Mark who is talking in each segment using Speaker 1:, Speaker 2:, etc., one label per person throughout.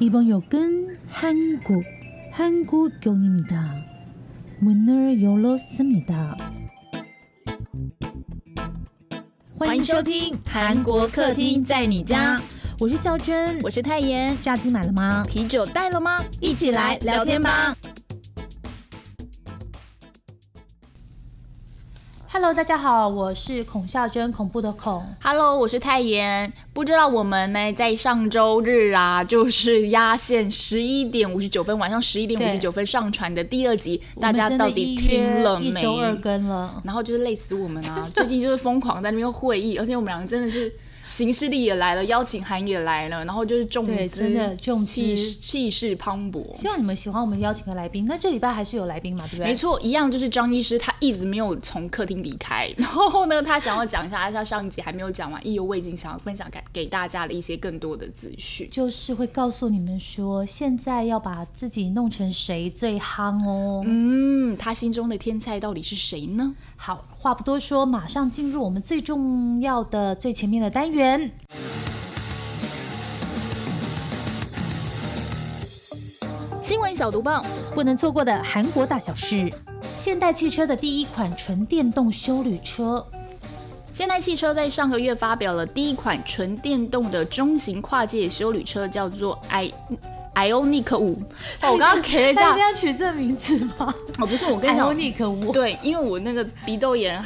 Speaker 1: 이번 역은 한국, 한국역입니다. 문을 열었습니다.
Speaker 2: 欢迎收听《韩国客厅在你家》，
Speaker 1: 我是孝珍，
Speaker 2: 我是泰妍。
Speaker 1: 炸鸡买了吗？
Speaker 2: 啤酒带了吗？一起来聊天吧。
Speaker 3: Hello，大家好，我是孔孝真，恐怖的恐。
Speaker 2: Hello，我是泰妍。不知道我们呢，在上周日啊， 就是压线十一点五十九分，晚上十一点五十九分上传的第二集，大家到底听了
Speaker 3: 我们真
Speaker 2: 没
Speaker 3: 的一约？一周二更了，
Speaker 2: 然后就是累死我们啊！ 最近就是疯狂在那边会议，而且我们两个真的是行事力也来了，邀请函也来了，然后就是重
Speaker 3: 对
Speaker 2: 资，
Speaker 3: 真的重资
Speaker 2: 气势气势磅礴。
Speaker 3: 希望你们喜欢我们邀请的来宾。那这礼拜还是有来宾嘛，对不对？
Speaker 2: 没错，一样就是张医师，他一直没有从客厅离开。然后呢，他想要讲一下他上一集还没有讲完，意犹未尽，想要分享给给大家的一些更多的资讯。
Speaker 3: 就是会告诉你们说，现在要把自己弄成谁最夯哦。
Speaker 2: 嗯，他心中的天才到底是谁呢？
Speaker 3: 好，话不多说，马上进入我们最重要的、最前面的单元。
Speaker 2: 新闻小毒棒，
Speaker 1: 不能错过的韩国大小事。
Speaker 3: 现代汽车的第一款纯电动休旅车，
Speaker 2: 现代汽车在上个月发表了第一款纯电动的中型跨界休旅车，叫做 i Ionic 五。哦我刚刚 K 了一
Speaker 3: 大家
Speaker 2: 下
Speaker 3: 一定，要取这名字吗？
Speaker 2: 哦，不是，我跟你
Speaker 3: 海欧
Speaker 2: 讲，
Speaker 3: 尼克五，
Speaker 2: 对，因为我那个鼻窦炎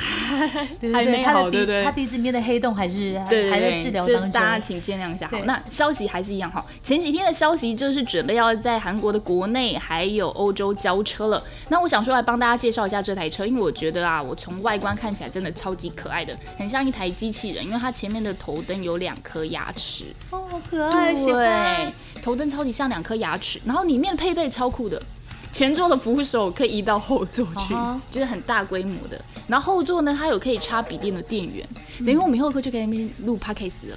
Speaker 3: 对
Speaker 2: 还
Speaker 3: 对
Speaker 2: 没
Speaker 3: 对，他
Speaker 2: 好，
Speaker 3: 的
Speaker 2: 对
Speaker 3: 鼻
Speaker 2: 不对
Speaker 3: 他？鼻子里面的黑洞还是还
Speaker 2: 对
Speaker 3: 还
Speaker 2: 对
Speaker 3: 在
Speaker 2: 对，
Speaker 3: 治疗
Speaker 2: 这
Speaker 3: 当
Speaker 2: 大家
Speaker 3: 中。
Speaker 2: 请见谅一下。好
Speaker 3: 对，
Speaker 2: 那消息还是一样好。前几天的消息就是准备要在韩国的国内还有欧洲交车了。那我想说来帮大家介绍一下这台车，因为我觉得啊，我从外观看起来真的超级可爱的，很像一台机器人，因为它前面的头灯有两颗牙齿，
Speaker 3: 哦，好可
Speaker 2: 哎
Speaker 3: 爱，喜欢。，
Speaker 2: 头灯超级像两颗牙齿，然后里面的配备超酷的。前座的扶手可以移到后座去
Speaker 3: 啊哈
Speaker 2: 就是很大规模的。然后后座呢，它有可以插笔电的电源，等于我们以后就可以在那边录 podcast 了。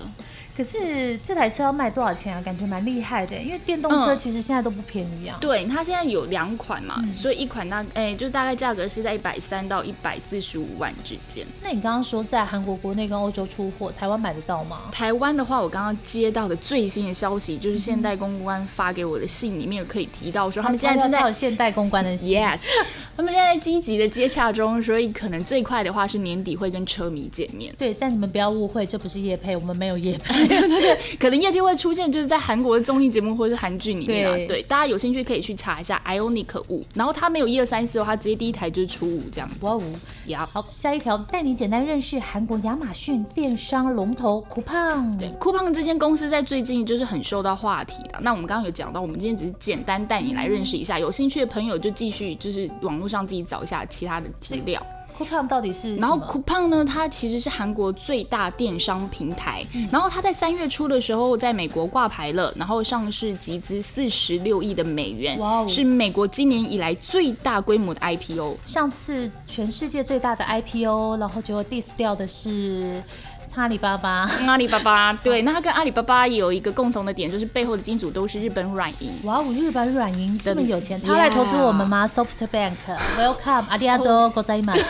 Speaker 3: 可是这台车要卖多少钱啊？感觉蛮厉害的，因为电动车
Speaker 2: 嗯
Speaker 3: 其实现在都不便宜啊。
Speaker 2: 对，它现在有两款嘛，所以一款大哎、就大概价格是在一百三到一百四十五万之间。
Speaker 3: 那你刚刚说在韩国国内跟欧洲出货，台湾买得到吗？
Speaker 2: 台湾的话，我刚刚接到的最新的消息就是现代公关发给我的信里面有可以提到说，他们现在正
Speaker 3: 还要
Speaker 2: 在
Speaker 3: 到现代公 关的戏
Speaker 2: yes，他们现在积极的接洽中，所以可能最快的话是年底会跟车迷见面。
Speaker 3: 对，但你们不要误会，这不是叶配，我们没有叶 配。
Speaker 2: 可能叶片会出现，就是在韩国的综艺节目或是韩剧里面啊。
Speaker 3: 对
Speaker 2: 对，大家有兴趣可以去查一下 Ionic 五，然后它没有一二三四哦，它直接第一台就是出五这样。
Speaker 3: 哇哦！
Speaker 2: 呀、
Speaker 3: 好，下一条带你简单认识韩国亚马逊电商龙头酷胖。
Speaker 2: 对，酷胖这间公司在最近就是很受到话题的。那我们刚刚有讲到，我们今天只是简单带你来认识一下，有兴趣的朋友就继续就是网络上自己找一下其他的资料。
Speaker 3: 酷胖到底是什
Speaker 2: 然后
Speaker 3: 么
Speaker 2: 酷胖呢，它其实是韩国最大电商平台。然后它在三月初的时候在美国挂牌了，然后上市集资四十六亿的美元，
Speaker 3: 哇哦
Speaker 2: 是美国今年以来最大规模的 IPO。
Speaker 3: 上次全世界最大的 IPO，然后结果 diss 掉的是阿里巴巴。
Speaker 2: 阿里巴巴对，那它跟阿里巴巴有一个共同的点，就是背后的金主都是日本软银。
Speaker 3: 哇哦，日本软银这么有钱，
Speaker 2: Yeah
Speaker 3: 他来投资我们吗？SoftBank，Welcome，阿里阿 多，
Speaker 2: 哦
Speaker 3: ございます。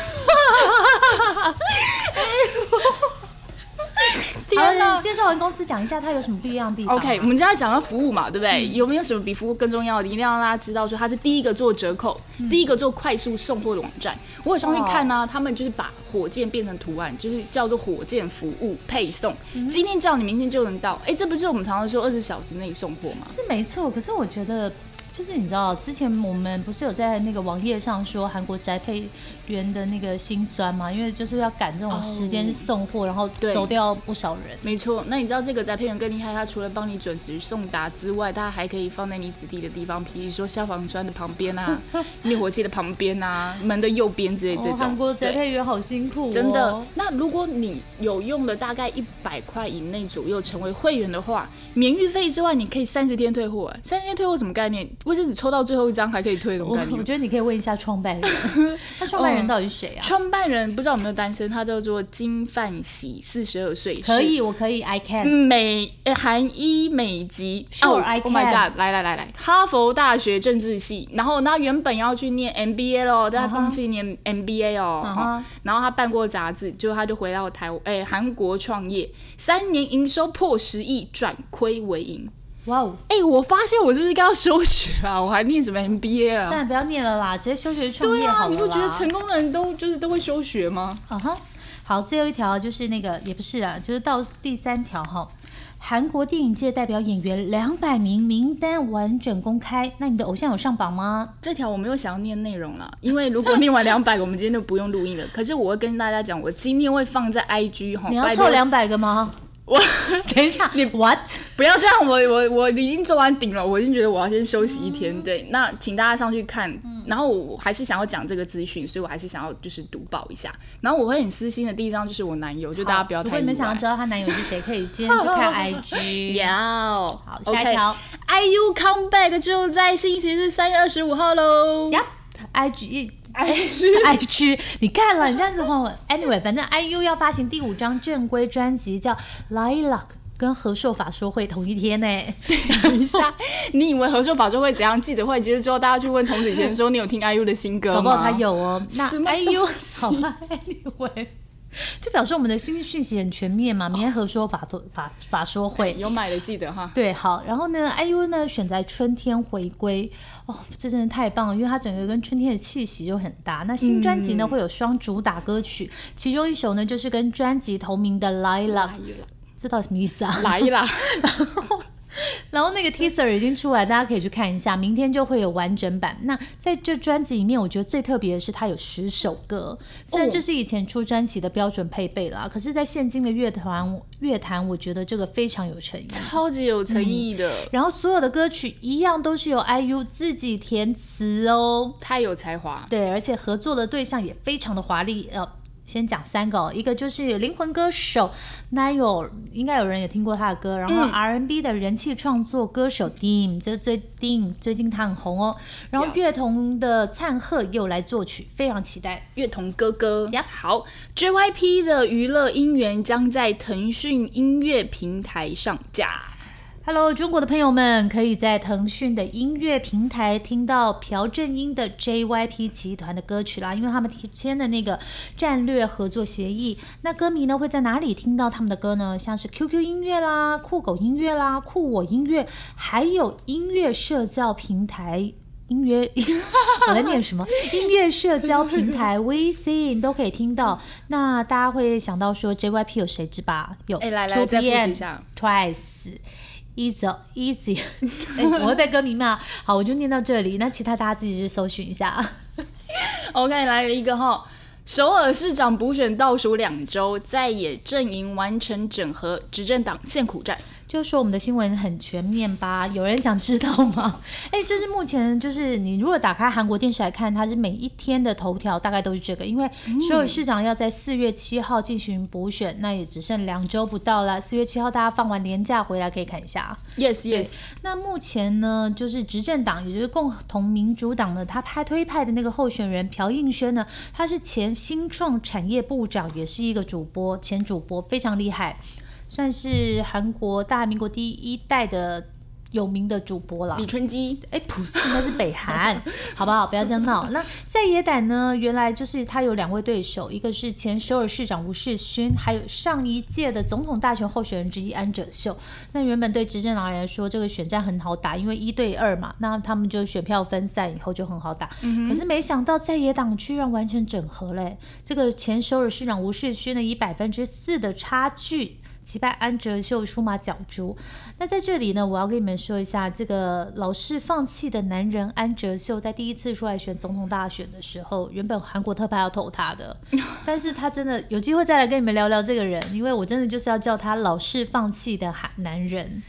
Speaker 3: 好了，介绍完公司，讲一下它有什么不一样的地方。
Speaker 2: OK，我们今天讲到服务嘛，对不
Speaker 3: 嗯
Speaker 2: 对？有没有什么比服务更重要的？一定要让大家知道，说它是第一个做折扣，
Speaker 3: 嗯
Speaker 2: 第一个做快速送货的网站。我有上去看呢、啊
Speaker 3: 哦
Speaker 2: 他们就是把火箭变成图案，就是叫做火箭服务配送。
Speaker 3: 嗯
Speaker 2: 今天叫你，明天就能到。哎，这不就是我们常常说二十小时内送货吗？
Speaker 3: 是没错，可是我觉得。就是你知道，之前我们不是有在那个网页上说韩国宅配员的那个辛酸嘛？因为就是要赶这种时间送货，然后
Speaker 2: 哦对
Speaker 3: 走掉不少人。
Speaker 2: 没错，那你知道这个宅配员更厉害，他除了帮你准时送达之外，他还可以放在你指定的地方，比如说消防栓的旁边啊、灭火器的旁边啊、门的右边之类这
Speaker 3: 哦
Speaker 2: 种。
Speaker 3: 韩国
Speaker 2: 对
Speaker 3: 宅配员好辛苦、哦，
Speaker 2: 真的。那如果你有用了大概一百块以内左右成为会员的话，免运费之外，你可以三十天退货。三十天退货什么概念？卫生纸抽到最后一张还可以退的
Speaker 3: 我
Speaker 2: 概念
Speaker 3: 我
Speaker 2: 吗。
Speaker 3: 觉得你可以问一下创办 人，他创
Speaker 2: 嗯
Speaker 3: 办人到底是谁啊？
Speaker 2: 创办人不知道有没有单身，他叫做金范喜，四十二岁，
Speaker 3: 可
Speaker 2: 是
Speaker 3: 以，我可以，I can。
Speaker 2: 美呃韩一美籍
Speaker 3: Sure,
Speaker 2: 哦
Speaker 3: I
Speaker 2: Oh my
Speaker 3: can.
Speaker 2: god！来来来来，哈佛大学政治系，然后他原本要去念 MBA 咯，但他放弃念 MBA 哦。
Speaker 3: 嗯哼
Speaker 2: 哦然后他办过杂志，就他就回到台哎韩国创业，三年营收破十亿，转亏为盈。
Speaker 3: 哇哦！
Speaker 2: 哎、我发现我是不是该要休学啊？我还念什么 MBA
Speaker 3: 现
Speaker 2: 啊？
Speaker 3: 在不要念了啦，直接休学去创
Speaker 2: 对
Speaker 3: 业好
Speaker 2: 啊，
Speaker 3: 了啦。
Speaker 2: 你不觉得成功的人都就是都会休学吗？
Speaker 3: 啊哈，好，最后一条就是那个也不是啊，就是到第三条哈。韩国电影界代表演员两百名名单完整公开，那你的偶像有上榜吗？
Speaker 2: 这条我没有想要念内容了，因为如果念完两百，我们今天就不用录音了。可是我会跟大家讲，我今天会放在 IG 哈。
Speaker 3: 你要
Speaker 2: 啊拜
Speaker 3: 凑
Speaker 2: 托
Speaker 3: 两，百个吗？
Speaker 2: 我
Speaker 3: 等一下， 你 what？
Speaker 2: 不要这样，我我我已经做完顶了，我已经觉得我要先休息一天。
Speaker 3: 嗯
Speaker 2: 对，那请大家上去看。然后我还是想要讲这个资讯，所以我还是想要就是读报一下。然后我会很私心的，第一张就是我男友，就大家不要
Speaker 3: 如
Speaker 2: 太
Speaker 3: 果你们想要知道她男友是谁，可以今天 去看
Speaker 2: 嗯
Speaker 3: IG。
Speaker 2: 要
Speaker 3: 好
Speaker 2: 好，
Speaker 3: 下一条
Speaker 2: IU comeback 就在星期日三月二十五号喽。哎
Speaker 3: 呀，IG。
Speaker 2: IG
Speaker 3: IG，你 看了，你这样子晃我。Anyway，反正 IU 要发行第五张正规专辑，叫《Lilac》，跟何硕法说会同一天呢、
Speaker 2: 等一 下，你以为合作法就会怎样？记者会结束之后，大家去问童子贤说：“你有听 IU 的新歌吗？”
Speaker 3: 搞不好他有哦。那
Speaker 2: 什么
Speaker 3: IU 好了，Anyway，就表示我们的新讯息很全面嘛。明天何说法都法法说会。
Speaker 2: 有买的记得哈。
Speaker 3: 对，好，然后呢，IU 呢选在春天回归，哦，这真的太棒了，因为它整个跟春天的气息就很搭。那新专
Speaker 2: 嗯
Speaker 3: 辑呢、会有双主打歌曲，其中一首呢就是跟专辑同名的《Lilac》，这到底什么意思啊？
Speaker 2: 来啦！
Speaker 3: 然后那个 teaser 已经出来，大家可以去看一下，明天就会有完整版。那在这专辑里面，我觉得最特别的是它有十首歌，虽然这是以前出专辑的标准配备啦，可是，在现今的乐团乐坛，我觉得这个非常有诚意。
Speaker 2: 超级有诚意的，
Speaker 3: 然后所有的歌曲一样都是由 IU 自己填词哦，
Speaker 2: 太有才华。
Speaker 3: 对，而且合作的对象也非常的华丽。呃，先讲三个、哦，一个就是灵魂歌手 Niall，应该有人也听过他的歌。然后 R&B 的人气创作歌手 Dean，这最 Dean 最近他很红哦。然后
Speaker 2: Yes
Speaker 3: 乐童的灿赫又来作曲，非常期待。
Speaker 2: 乐童哥哥
Speaker 3: Yep
Speaker 2: 好，JYP 的娱乐音源将在腾讯音乐平台上架。
Speaker 3: Hello，中国的朋友们可以在腾讯的音乐平台听到朴正英的 JYP 集团的歌曲啦，因为他们签的那个战略合作协议。那歌迷呢会在哪里听到他们的歌呢？像是 QQ 音乐啦、酷狗音乐啦、酷我音乐，还有音乐社交平台。音乐， 我在念什 么？音乐社交平台 VC 你都可以听到。那大家会想到说 JYP 有谁知吧？有
Speaker 2: 哎来来
Speaker 3: 2PM
Speaker 2: 再复习一下
Speaker 3: Twice。Easy easy，哎、 我会被歌迷骂。好，我就念到这里。那其他大家自己去搜寻一下。
Speaker 2: OK，来了一个哈。首尔市长补选倒数两周，在野阵营完成整合，执政党陷苦战。
Speaker 3: 就说我们的新闻很全面吧？ 有人想知道吗？ 哎、这是目前就是你如果打开韩国电视来看，它是每一天的头条大概都是这个，因为首尔市长要在四月七号进行补选，那也只剩两周不到了。四月七号大家放完年假回来可以看一下。
Speaker 2: Yes Yes，
Speaker 3: 那目前呢，就是执政党，也就是共同民主党呢，他派推派的那个候选人朴应轩呢，他是前新创产业部长，也是一个主播，前主播非常厉害，算是韩国大韩民国第一代的有名的主播了
Speaker 2: 李。春基
Speaker 3: 哎，不是，那是北韩，好不好？不要这样闹。那在野党呢，原来就是他有两位对手，一个是前首尔市长吴世勋，还有上一届的总统大选候选人之一安哲秀。那原本对执政党来说，这个选战很好打，因为一对二嘛，那他们就选票分散以后就很好打。可是没想到在野党居然完全整合嘞！这个前首尔市长吴世勋呢，以百分之四的差距击败安哲秀出马角逐。那在这里呢，我要跟你们说一下，这个老是放弃的男人安哲秀，在第一次出来选总统大选的时候，原本韩国特派要投他的，但是他真的有机会再来跟你们聊聊这个人，因为我真的就是要叫他老是放弃的韩男人。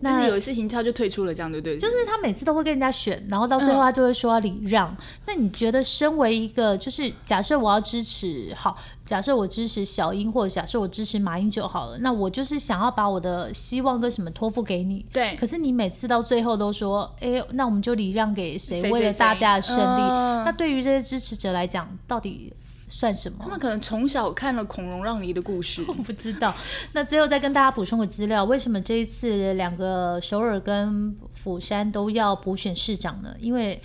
Speaker 2: 就
Speaker 3: 那
Speaker 2: 是有事情他就退出了，这样对不对？啊就
Speaker 3: 就是他每次都会跟人家选，然后到
Speaker 2: 嗯
Speaker 3: 最后他就会说要礼让。那你觉得，身为一个就是假设我要支持好，假设我支持小英，或者假设我支持马英九好了，那我就是想要把我的希望跟什么托付给你。
Speaker 2: 对
Speaker 3: 可是你每次到最后都说，哎、那我们就礼让给谁，
Speaker 2: 谁
Speaker 3: 为了
Speaker 2: 谁
Speaker 3: 大家的胜利。
Speaker 2: 嗯
Speaker 3: 那对于这些支持者来讲，到底算什么
Speaker 2: 他？们可能从小看了孔融让梨的故事，
Speaker 3: 不知道。那最后再跟大家补充个资料，为什么这一次两个首尔跟釜山都要补选市长呢？因为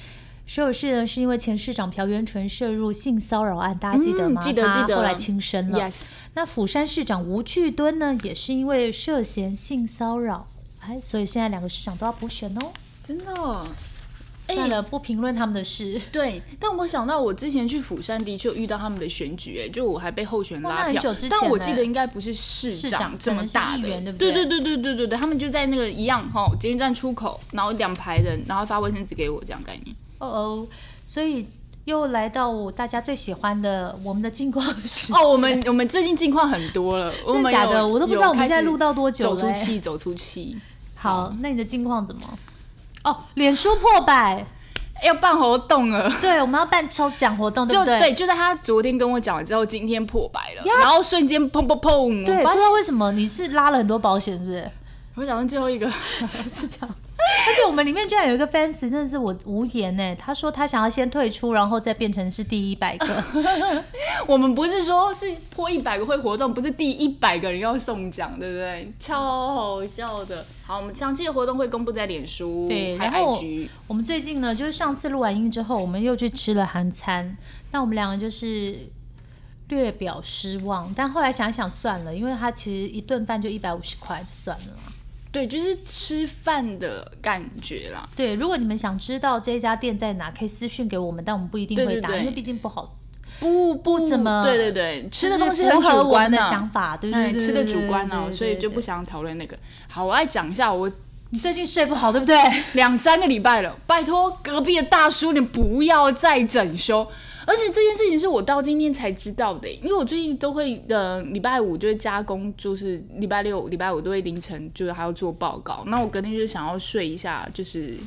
Speaker 3: 首尔市呢，是因为前市长朴元淳涉入性骚扰案，大家记得吗？
Speaker 2: 嗯记得
Speaker 3: 他
Speaker 2: 记得
Speaker 3: 后来轻生了。
Speaker 2: Yes
Speaker 3: 那釜山市长吴巨敦呢，也是因为涉嫌性骚扰哎，所以现在两个市长都要补选哦。
Speaker 2: 真的、哦。哎
Speaker 3: 算了，不评论他们的事。
Speaker 2: 对，但我想到我之前去釜山的确有遇到他们的选举、哎，就我还被候选
Speaker 3: 哇那
Speaker 2: 拉
Speaker 3: 很
Speaker 2: 票，
Speaker 3: 久之前
Speaker 2: 但我
Speaker 3: 嘞
Speaker 2: 记得应该不是市
Speaker 3: 市
Speaker 2: 长
Speaker 3: 长
Speaker 2: 这
Speaker 3: 可
Speaker 2: 么
Speaker 3: 能是
Speaker 2: 大
Speaker 3: 议
Speaker 2: 的，
Speaker 3: 员对不
Speaker 2: 对？
Speaker 3: 对
Speaker 2: 对对对对对对他们就在那个一样哈，捷运站出口，然后两排人，然后发卫生纸给我这样概念。
Speaker 3: 哦哦，所以又来到我大家最喜欢的我们的近况时间
Speaker 2: 哦，我们我们最近近况很多了，我
Speaker 3: 真的
Speaker 2: 们
Speaker 3: 假的？
Speaker 2: 有
Speaker 3: 我都不知道
Speaker 2: 有
Speaker 3: 我们
Speaker 2: 开
Speaker 3: 现在
Speaker 2: 始
Speaker 3: 录到多久
Speaker 2: 走
Speaker 3: 了、
Speaker 2: 出
Speaker 3: 哎
Speaker 2: 气，走出气，
Speaker 3: 好，那你的近况怎么？哦，脸书破百，
Speaker 2: 要办活动了。
Speaker 3: 对，我们要办抽奖活动，对
Speaker 2: 就
Speaker 3: 嗯不对？
Speaker 2: 对，就在他昨天跟我讲完之后，今天破百了，然后瞬间砰砰砰，
Speaker 3: 对，
Speaker 2: 我
Speaker 3: 不
Speaker 2: 发
Speaker 3: 知
Speaker 2: 现
Speaker 3: 道为什么你是拉了很多保险，是不是？
Speaker 2: 我想到最后一个，
Speaker 3: 是这样。而且我们里面居然有一个 fans，真的是我无言呢。他说他想要先退出，然后再变成是第一百 个。
Speaker 2: 我们不是说是破一百个会活动，不是第一百个人要送奖，对不对？超好笑的。好，我们详细的活动会公布在脸书，
Speaker 3: 对
Speaker 2: 还有
Speaker 3: 然后
Speaker 2: IG。
Speaker 3: 我们最近呢，就是上次录完音之后，我们又去吃了韩餐。那我们两个就是略表失望，但后来想一想算了，因为他其实一顿饭就一百五十块，就算了啦。
Speaker 2: 对，就是吃饭的感觉啦。
Speaker 3: 对，如果你们想知道这一家店在哪，可以私讯给我们，但我们不一定
Speaker 2: 对
Speaker 3: 会
Speaker 2: 对
Speaker 3: 答，
Speaker 2: 对
Speaker 3: 因为毕竟不好，
Speaker 2: 不
Speaker 3: 不怎么
Speaker 2: 对对对，吃的
Speaker 3: 就是
Speaker 2: 东西
Speaker 3: 符
Speaker 2: 很
Speaker 3: 合
Speaker 2: 主
Speaker 3: 我们
Speaker 2: 观
Speaker 3: 的
Speaker 2: 呐
Speaker 3: 想法，对对
Speaker 2: 哎
Speaker 3: 对，
Speaker 2: 吃的主观
Speaker 3: 呢
Speaker 2: 哦，，所以就不
Speaker 3: 想。
Speaker 2: 想讨论那个。好，我来讲一下，我
Speaker 3: 你最近睡不好，对不对？
Speaker 2: 两三个礼拜了，拜托隔壁的大叔，你不要再整修。而且这件事情是我到今天才知道的，因为我最近都会，呃，礼拜五就会加工，就是礼拜六、礼拜五都会凌晨就是还要做报告。那我隔天就想要睡一下，就是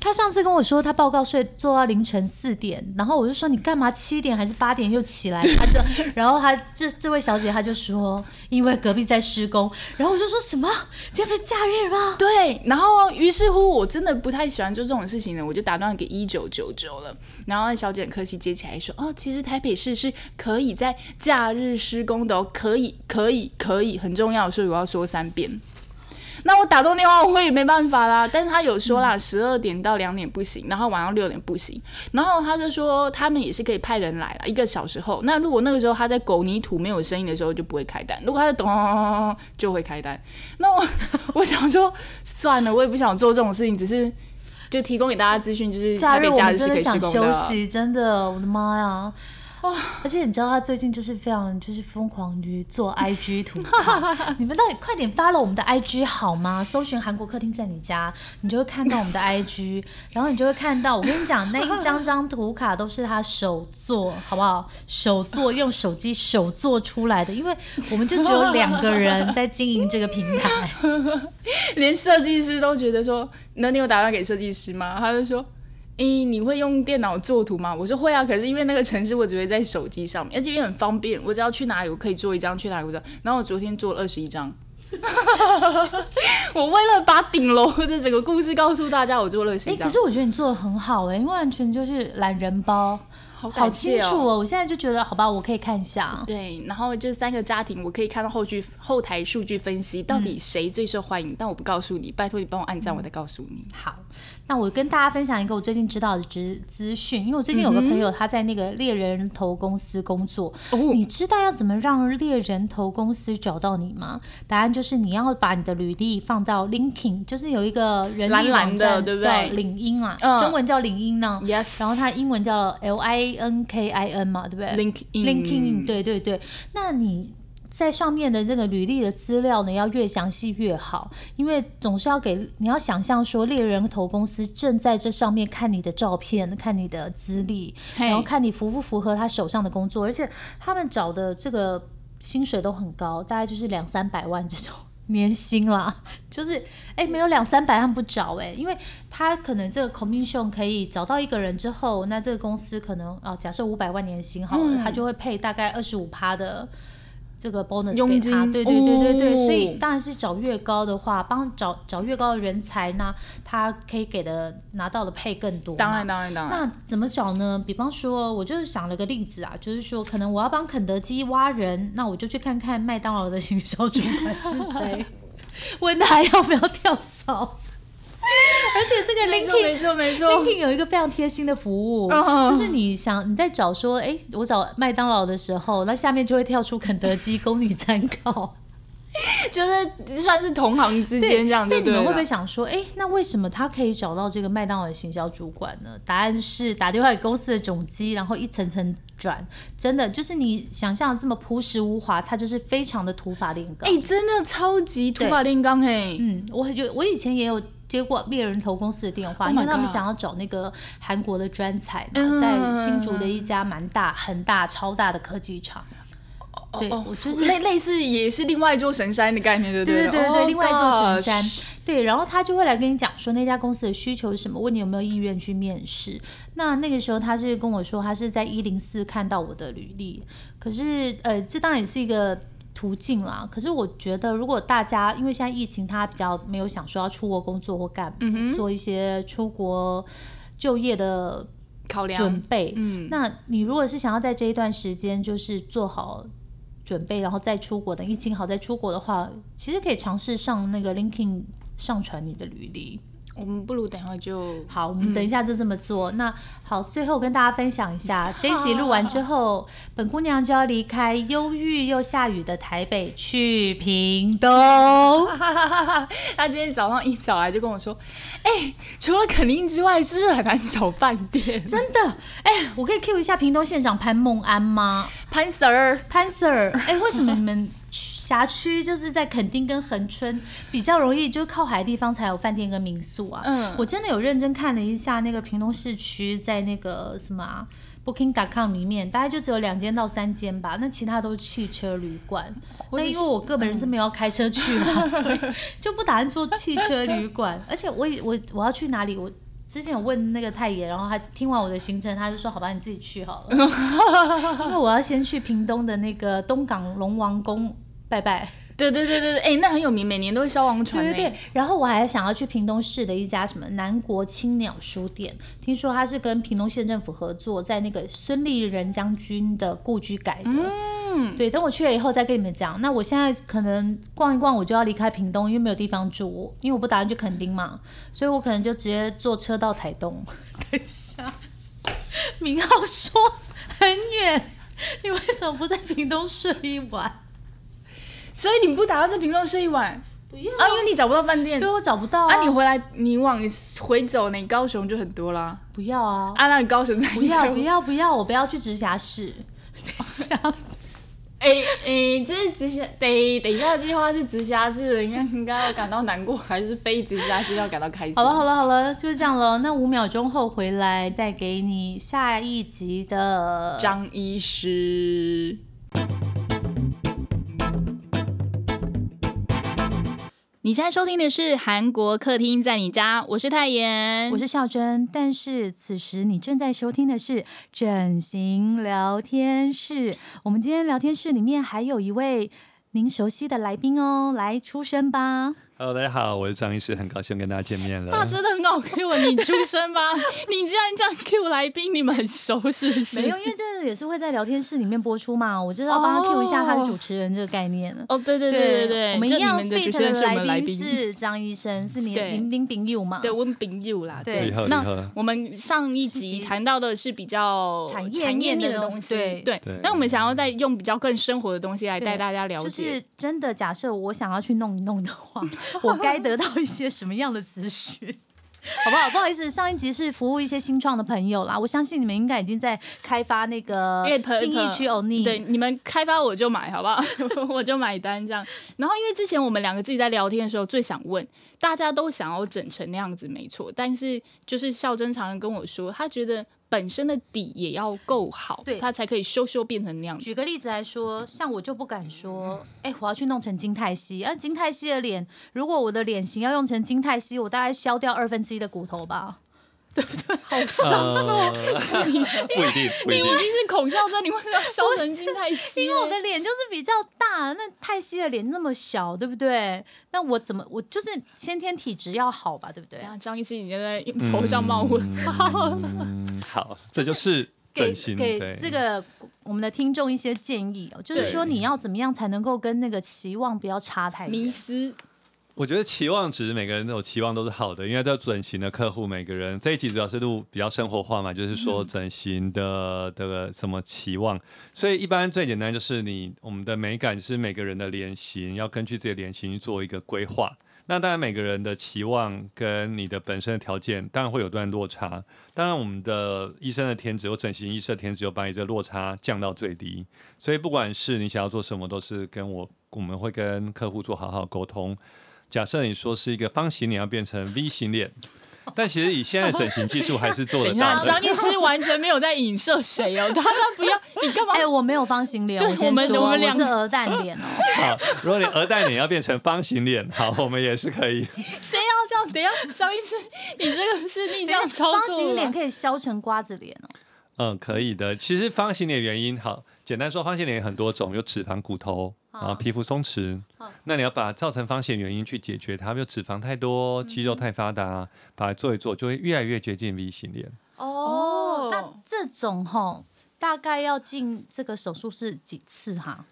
Speaker 3: 他上次跟我说，他报告睡做到凌晨四点，然后我就说你干嘛七点还是八点又起 来？他的，然后他这这位小姐她就说，因为隔壁在施工，然后我就说什么？今天不是假日吗？
Speaker 2: 对，然后于是乎，我真的不太喜欢做这种事情的，我就打断给一九九九了。然后那小姐很客气接起来说：“哦，其实台北市是可以在假日施工的哦，可以，可以，可以，很重要，所以我要说三遍。”那我打通电话，我也没办法啦。但是他有说啦，十二点到两点不行，然后晚上六点不行。然后他就说他们也是可以派人来啦，一个小时后。那如果那个时候他在狗泥土没有声音的时候就不会开单，如果他在咚咚咚咚咚就会开单。那我我想说算了，我也不想做这种事情，只是就提供给大家资讯，就是
Speaker 3: 假
Speaker 2: 台
Speaker 3: 日
Speaker 2: 北
Speaker 3: 啊我
Speaker 2: 假日
Speaker 3: 们
Speaker 2: 是
Speaker 3: 真
Speaker 2: 可
Speaker 3: 的
Speaker 2: 以施
Speaker 3: 想
Speaker 2: 工
Speaker 3: 休
Speaker 2: 的。
Speaker 3: 息，真的，我的妈呀！而且你知道他最近就是非常就是疯狂于做 IG 图 卡，你们到底快点发了我们的 IG 好吗？搜寻韩国客厅在你家，你就会看到我们的 IG，然 后你就会看到，我跟你讲那一张张图卡都是他手做，好不好？手做用手机手做出来的，因为我们就只有两个人在经营这个平 台，
Speaker 2: 连设计师都觉得说，那你有打算给设计师吗？他就说，咦、你会用电脑做图吗？我说会啊，可是因为那个城市我只会在手机上面，而且也很方便，我只要去哪里我可以做一张，去哪里我做。然后我昨天做了二十一张。 我为了把顶楼的整个故事告诉大家，我做了
Speaker 3: 哎、
Speaker 2: 十张。
Speaker 3: 可是我觉得你做的很好哎、因为完全就是懒人包，好
Speaker 2: 好感谢
Speaker 3: 清
Speaker 2: 哦
Speaker 3: 楚哦。我现在就觉得，好吧，我可以看一下。啊
Speaker 2: 对，然后这三个家庭，我可以看到后续后台数据分析，到
Speaker 3: 嗯
Speaker 2: 底谁最受欢迎，但我不告诉你，拜托你帮我按赞，我再告诉你。
Speaker 3: 好，那我跟大家分享一个我最近知道的资资讯，因为我最近有个朋友他在那个猎人头公司工作，
Speaker 2: 嗯哦
Speaker 3: 你知道要怎么让猎人头公司找到你吗？答案就是你要把你的履历放到 LinkedIn，就是有一个人力
Speaker 2: 蓝蓝
Speaker 3: 网
Speaker 2: 的
Speaker 3: 站
Speaker 2: 对不
Speaker 3: 叫
Speaker 2: 对
Speaker 3: 领英啊，
Speaker 2: 嗯
Speaker 3: 中文叫领英呢
Speaker 2: Yes
Speaker 3: 然后它英文叫 L I N K I N 嘛，对不对
Speaker 2: LinkedIn
Speaker 3: LinkedIn，对对对，那你。在上面的这个履历的资料呢，要越详细越好，因为总是要给你要想象说猎人头公司正在这上面看你的照片，看你的资历，
Speaker 2: 嘿
Speaker 3: 然后看你符不符合他手上的工作，而且他们找的这个薪水都很高，大概就是两三百万这种年薪啦， 就是哎、没有两三百他们不找哎、因为他可能这个 commission 可以找到一个人之后，那这个公司可能啊、假设五百万年薪好了，
Speaker 2: 嗯
Speaker 3: 他就会配大概二十五趴的。这个 bonus
Speaker 2: 佣
Speaker 3: 给
Speaker 2: 金
Speaker 3: 他，对对对对对，
Speaker 2: 哦
Speaker 3: 所以当然是找越高的话，帮找找越高的人才，那他可以给的拿到的配更多嘛。
Speaker 2: 当然，当然，当然。
Speaker 3: 那怎么找呢？比方说，我就是想了个例子啊，就是说，可能我要帮肯德基挖人，那我就去看看麦当劳的行销主管是谁，问他要不要跳槽。 而且这个
Speaker 2: 没错，
Speaker 3: LinkedIn
Speaker 2: 没错，没错。
Speaker 3: LinkedIn 有一个非常贴心的服务，
Speaker 2: 嗯
Speaker 3: 就是你想你在找说，哎、我找麦当劳的时候，那下面就会跳出肯德基供你参考。
Speaker 2: 就是算是同行之间这样
Speaker 3: 那
Speaker 2: 就
Speaker 3: 你
Speaker 2: 对
Speaker 3: 们会
Speaker 2: 了
Speaker 3: 不会。想说，哎、那为什么他可以找到这个麦当劳的行销主管呢？答案是打电话给公司的总机，然后一层层转。真的，就是你想象的这么朴实无华，他就是非常的土法炼钢。
Speaker 2: 哎、真的超级土法炼钢哎！
Speaker 3: 嗯，我觉我以前也有接过猎人头公司的电话
Speaker 2: Oh my
Speaker 3: 因为他们
Speaker 2: God
Speaker 3: 想要找那个韩国的专才嘛，
Speaker 2: 嗯
Speaker 3: 在新竹的一家蛮大、很大、超大的科技厂。对，
Speaker 2: 哦
Speaker 3: 我就是
Speaker 2: 类类似也是另外一座神山的概念，对不
Speaker 3: 对
Speaker 2: 对
Speaker 3: 对对对，
Speaker 2: Oh
Speaker 3: 另外一座神
Speaker 2: gosh
Speaker 3: 山。对，然后他就会来跟你讲说那家公司的需求是什么，问你有没有意愿去面试。那那个时候他是跟我说，他是在一零四看到我的履历，可是呃，这当然也是一个。途径啦，可是我觉得，如果大家因为现在疫情，他比较没有想说要出国工作或干嘛，做一些出国就业的
Speaker 2: 考
Speaker 3: 准
Speaker 2: 量。
Speaker 3: 备。嗯，那你如果是想要在这一段时间就是做好准备，然后再出国，等疫情好再出国的话，其实可以尝试上那个 LinkedIn 上传你的履历。
Speaker 2: 我们不如等一会就
Speaker 3: 好，我们等一下就这么做。那好，最后跟大家分享一 下，这一集录完之后，本姑娘就要离开忧郁又下雨的台北，去屏东。
Speaker 2: 他今天早上一早来就跟我说：“哎、除了肯定之外，是不是很难找饭店？”
Speaker 3: 真的，哎、我可以 Q 一下屏东县长潘孟安吗？
Speaker 2: 潘 Sir，
Speaker 3: 潘 Sir，哎、为什么你们区辖区就是在垦丁跟恒春比较容易，就是靠海的地方才有饭店跟民宿啊？
Speaker 2: 嗯
Speaker 3: 我真的有认真看了一下那个屏东市区，在那个什么、啊、Booking.com 里面，大概就只有两间到三间吧，那其他都是汽车旅馆。
Speaker 2: 或
Speaker 3: 那
Speaker 2: 者
Speaker 3: 因为
Speaker 2: 是
Speaker 3: 我个本人是没有要开车去 嘛，所以就不打算做汽车旅馆。而且我也我我要去哪里我。之前有问那个太爷，然后他听完我的行程，他就说：“好吧，你自己去好了。” 因为我要先去屏东的那个东港龙王宫拜拜，
Speaker 2: 对对对对对，哎、那很有名，每年都会烧王船、
Speaker 3: 对
Speaker 2: 欸。
Speaker 3: 对对。然后我还想要去屏东市的一家什么南国青鸟书店，听说它是跟屏东县政府合作，在那个孙立人将军的故居改的。嗯，对。等我去了以后再跟你们讲。那我现在可能逛一逛，我就要离开屏东，因为没有地方住，因为我不打算去垦丁嘛，所以我可能就直接坐车到台东。等一下，明浩说很远。你为什么不在屏东睡一晚？
Speaker 2: 所以你不打算在屏东睡一晚？不要啊，因为你找不到饭店
Speaker 3: 对。我找不到
Speaker 2: 啊，你回来，你往回走，你高雄就很多啦。
Speaker 3: 不要啊！
Speaker 2: 啊，那你高雄在
Speaker 3: 不要 不。要不要！我不要去直辖 市。等一下，
Speaker 2: 哎哎、欸这是直辖，得等一下，这句话是直辖市的，应该应该要感到难过，还是非直辖市要感到开心？
Speaker 3: 好了好了好了，就是这样了。那五秒钟后回来，带给你下一集的。
Speaker 2: 张医师。你现在收听的是《韩国客厅在你家》，我是泰妍，
Speaker 3: 我是孝珍，但是此时你正在收听的是整形聊天室。我们今天聊天室里面还有一位您熟悉的来宾哦，来出声吧。
Speaker 4: Hello，大家好，我是张医师，很高兴跟大家见面了。
Speaker 1: 哦
Speaker 2: 那 真的很好 Q 啊！你出声 吧，你既然这样 Q 来宾，你们很熟是不是？
Speaker 3: 没有，因为这也是会在聊天室里面播出嘛，我就是要帮他 Q 一下他的主持人这个概念。
Speaker 2: 哦，对对对对对，
Speaker 3: 我们一
Speaker 2: 就
Speaker 3: 样
Speaker 2: 你们的主
Speaker 3: fit
Speaker 2: 持人是我们
Speaker 3: 来
Speaker 2: 来
Speaker 3: 宾
Speaker 2: 宾，
Speaker 3: 是张医生，是你
Speaker 2: 对
Speaker 3: 林林炳佑嘛？
Speaker 2: 对，温炳佑啦。
Speaker 3: 对
Speaker 4: 以后以后
Speaker 2: 那我们上一集谈到的是比较
Speaker 3: 产业
Speaker 2: 业
Speaker 3: 面的
Speaker 2: 的
Speaker 3: 东
Speaker 2: 东
Speaker 3: 西对
Speaker 2: 对
Speaker 4: 对。
Speaker 2: 那我们想要再用比较更生活的东西来
Speaker 3: 对
Speaker 2: 带大家了
Speaker 3: 就
Speaker 2: 解
Speaker 3: 是，真的，假设我想要去弄一弄的话，我该得到一些什么样的资讯？ 好不好？不好意思，上一集是服务一些新创的朋友啦，我相信你们应该已经在开发那个
Speaker 2: App，
Speaker 3: 信义区欧哦尼。
Speaker 2: 对，你们开发我就买，好不好？ 我就买单这样。然后因为之前我们两个自己在聊天的时候，最想问大家都想要整成那样子，没错。但是就是孝珍常常跟我说，她觉得本身的底也要够好
Speaker 3: 对，
Speaker 2: 她才可以修修变成那样子。
Speaker 3: 举个例子来说，像我就不敢说，哎、我要去弄成金泰熙，而、金泰熙的脸，如果我的脸型要用成金泰熙，我大概削掉二分之一的骨头吧。
Speaker 4: 呃 不一定，不 一
Speaker 2: 你已
Speaker 4: 定
Speaker 2: 经。是孔孝真，你为什么要消神经太细？
Speaker 3: 因为我 的脸就是比较大，那泰熙的脸那么小，对不对？那我怎么我就是先天体质要好吧，对不对
Speaker 2: 等一？下啊张医师，你现在头上冒
Speaker 3: 嗯
Speaker 2: 问，
Speaker 4: 嗯，好，这就是
Speaker 3: 给
Speaker 4: 整形。
Speaker 3: 给
Speaker 4: 对，
Speaker 3: 这个我们的听众一些建议哦，就是
Speaker 4: 对
Speaker 3: 说你要怎么样才能够跟那个期望不要差太
Speaker 2: 迷
Speaker 3: 远。
Speaker 2: 思。
Speaker 4: 我觉得期望值每个人都有期望都是好的，因为这准型的客户，每个人这一集主要是录比较生活化嘛，就是说整形的的什么期望，所以一般最简单就是你我们的美感是每个人的脸型要根据自己的脸型去做一个规划。那当然，每个人的期望跟你的本身的条件，当然会有段落差。当然，我们的医生的天职，或整形医生的天职，有把你这落差降到最低。所以，不管是你想要做什么，都是跟我我们会跟客户做好好沟通。假设你说是一个方形脸要变成 V 型脸，但其实以现在的整形技术还是做得
Speaker 2: 你
Speaker 4: 到
Speaker 2: 看张
Speaker 4: 的。
Speaker 2: 医师完全没有在影射谁哦，大家不要，你干嘛
Speaker 3: 哎、？我没有方形脸，
Speaker 2: 对
Speaker 3: 我先
Speaker 2: 我们
Speaker 3: 说
Speaker 2: 我们两
Speaker 3: 是鹅蛋脸哦。
Speaker 4: 好，如果你鹅蛋脸要变成方形脸， 好，我们也是可以。
Speaker 2: 谁要这样？等一下，张医师，你这个是逆向操作。
Speaker 3: 方形脸，可以削成瓜子脸哦。
Speaker 4: 嗯，可以的。其实方形脸原因，好，简单说，方形脸有很多种，有脂肪、骨头，然后皮肤松弛。那你要把造成方形原因去解决它，比如脂肪太多、肌肉太发达，把它做一做，就会越来越接近 V 型脸。
Speaker 3: 哦
Speaker 2: 哦，
Speaker 3: 那这种吼，大概要进这个手术室几次哈？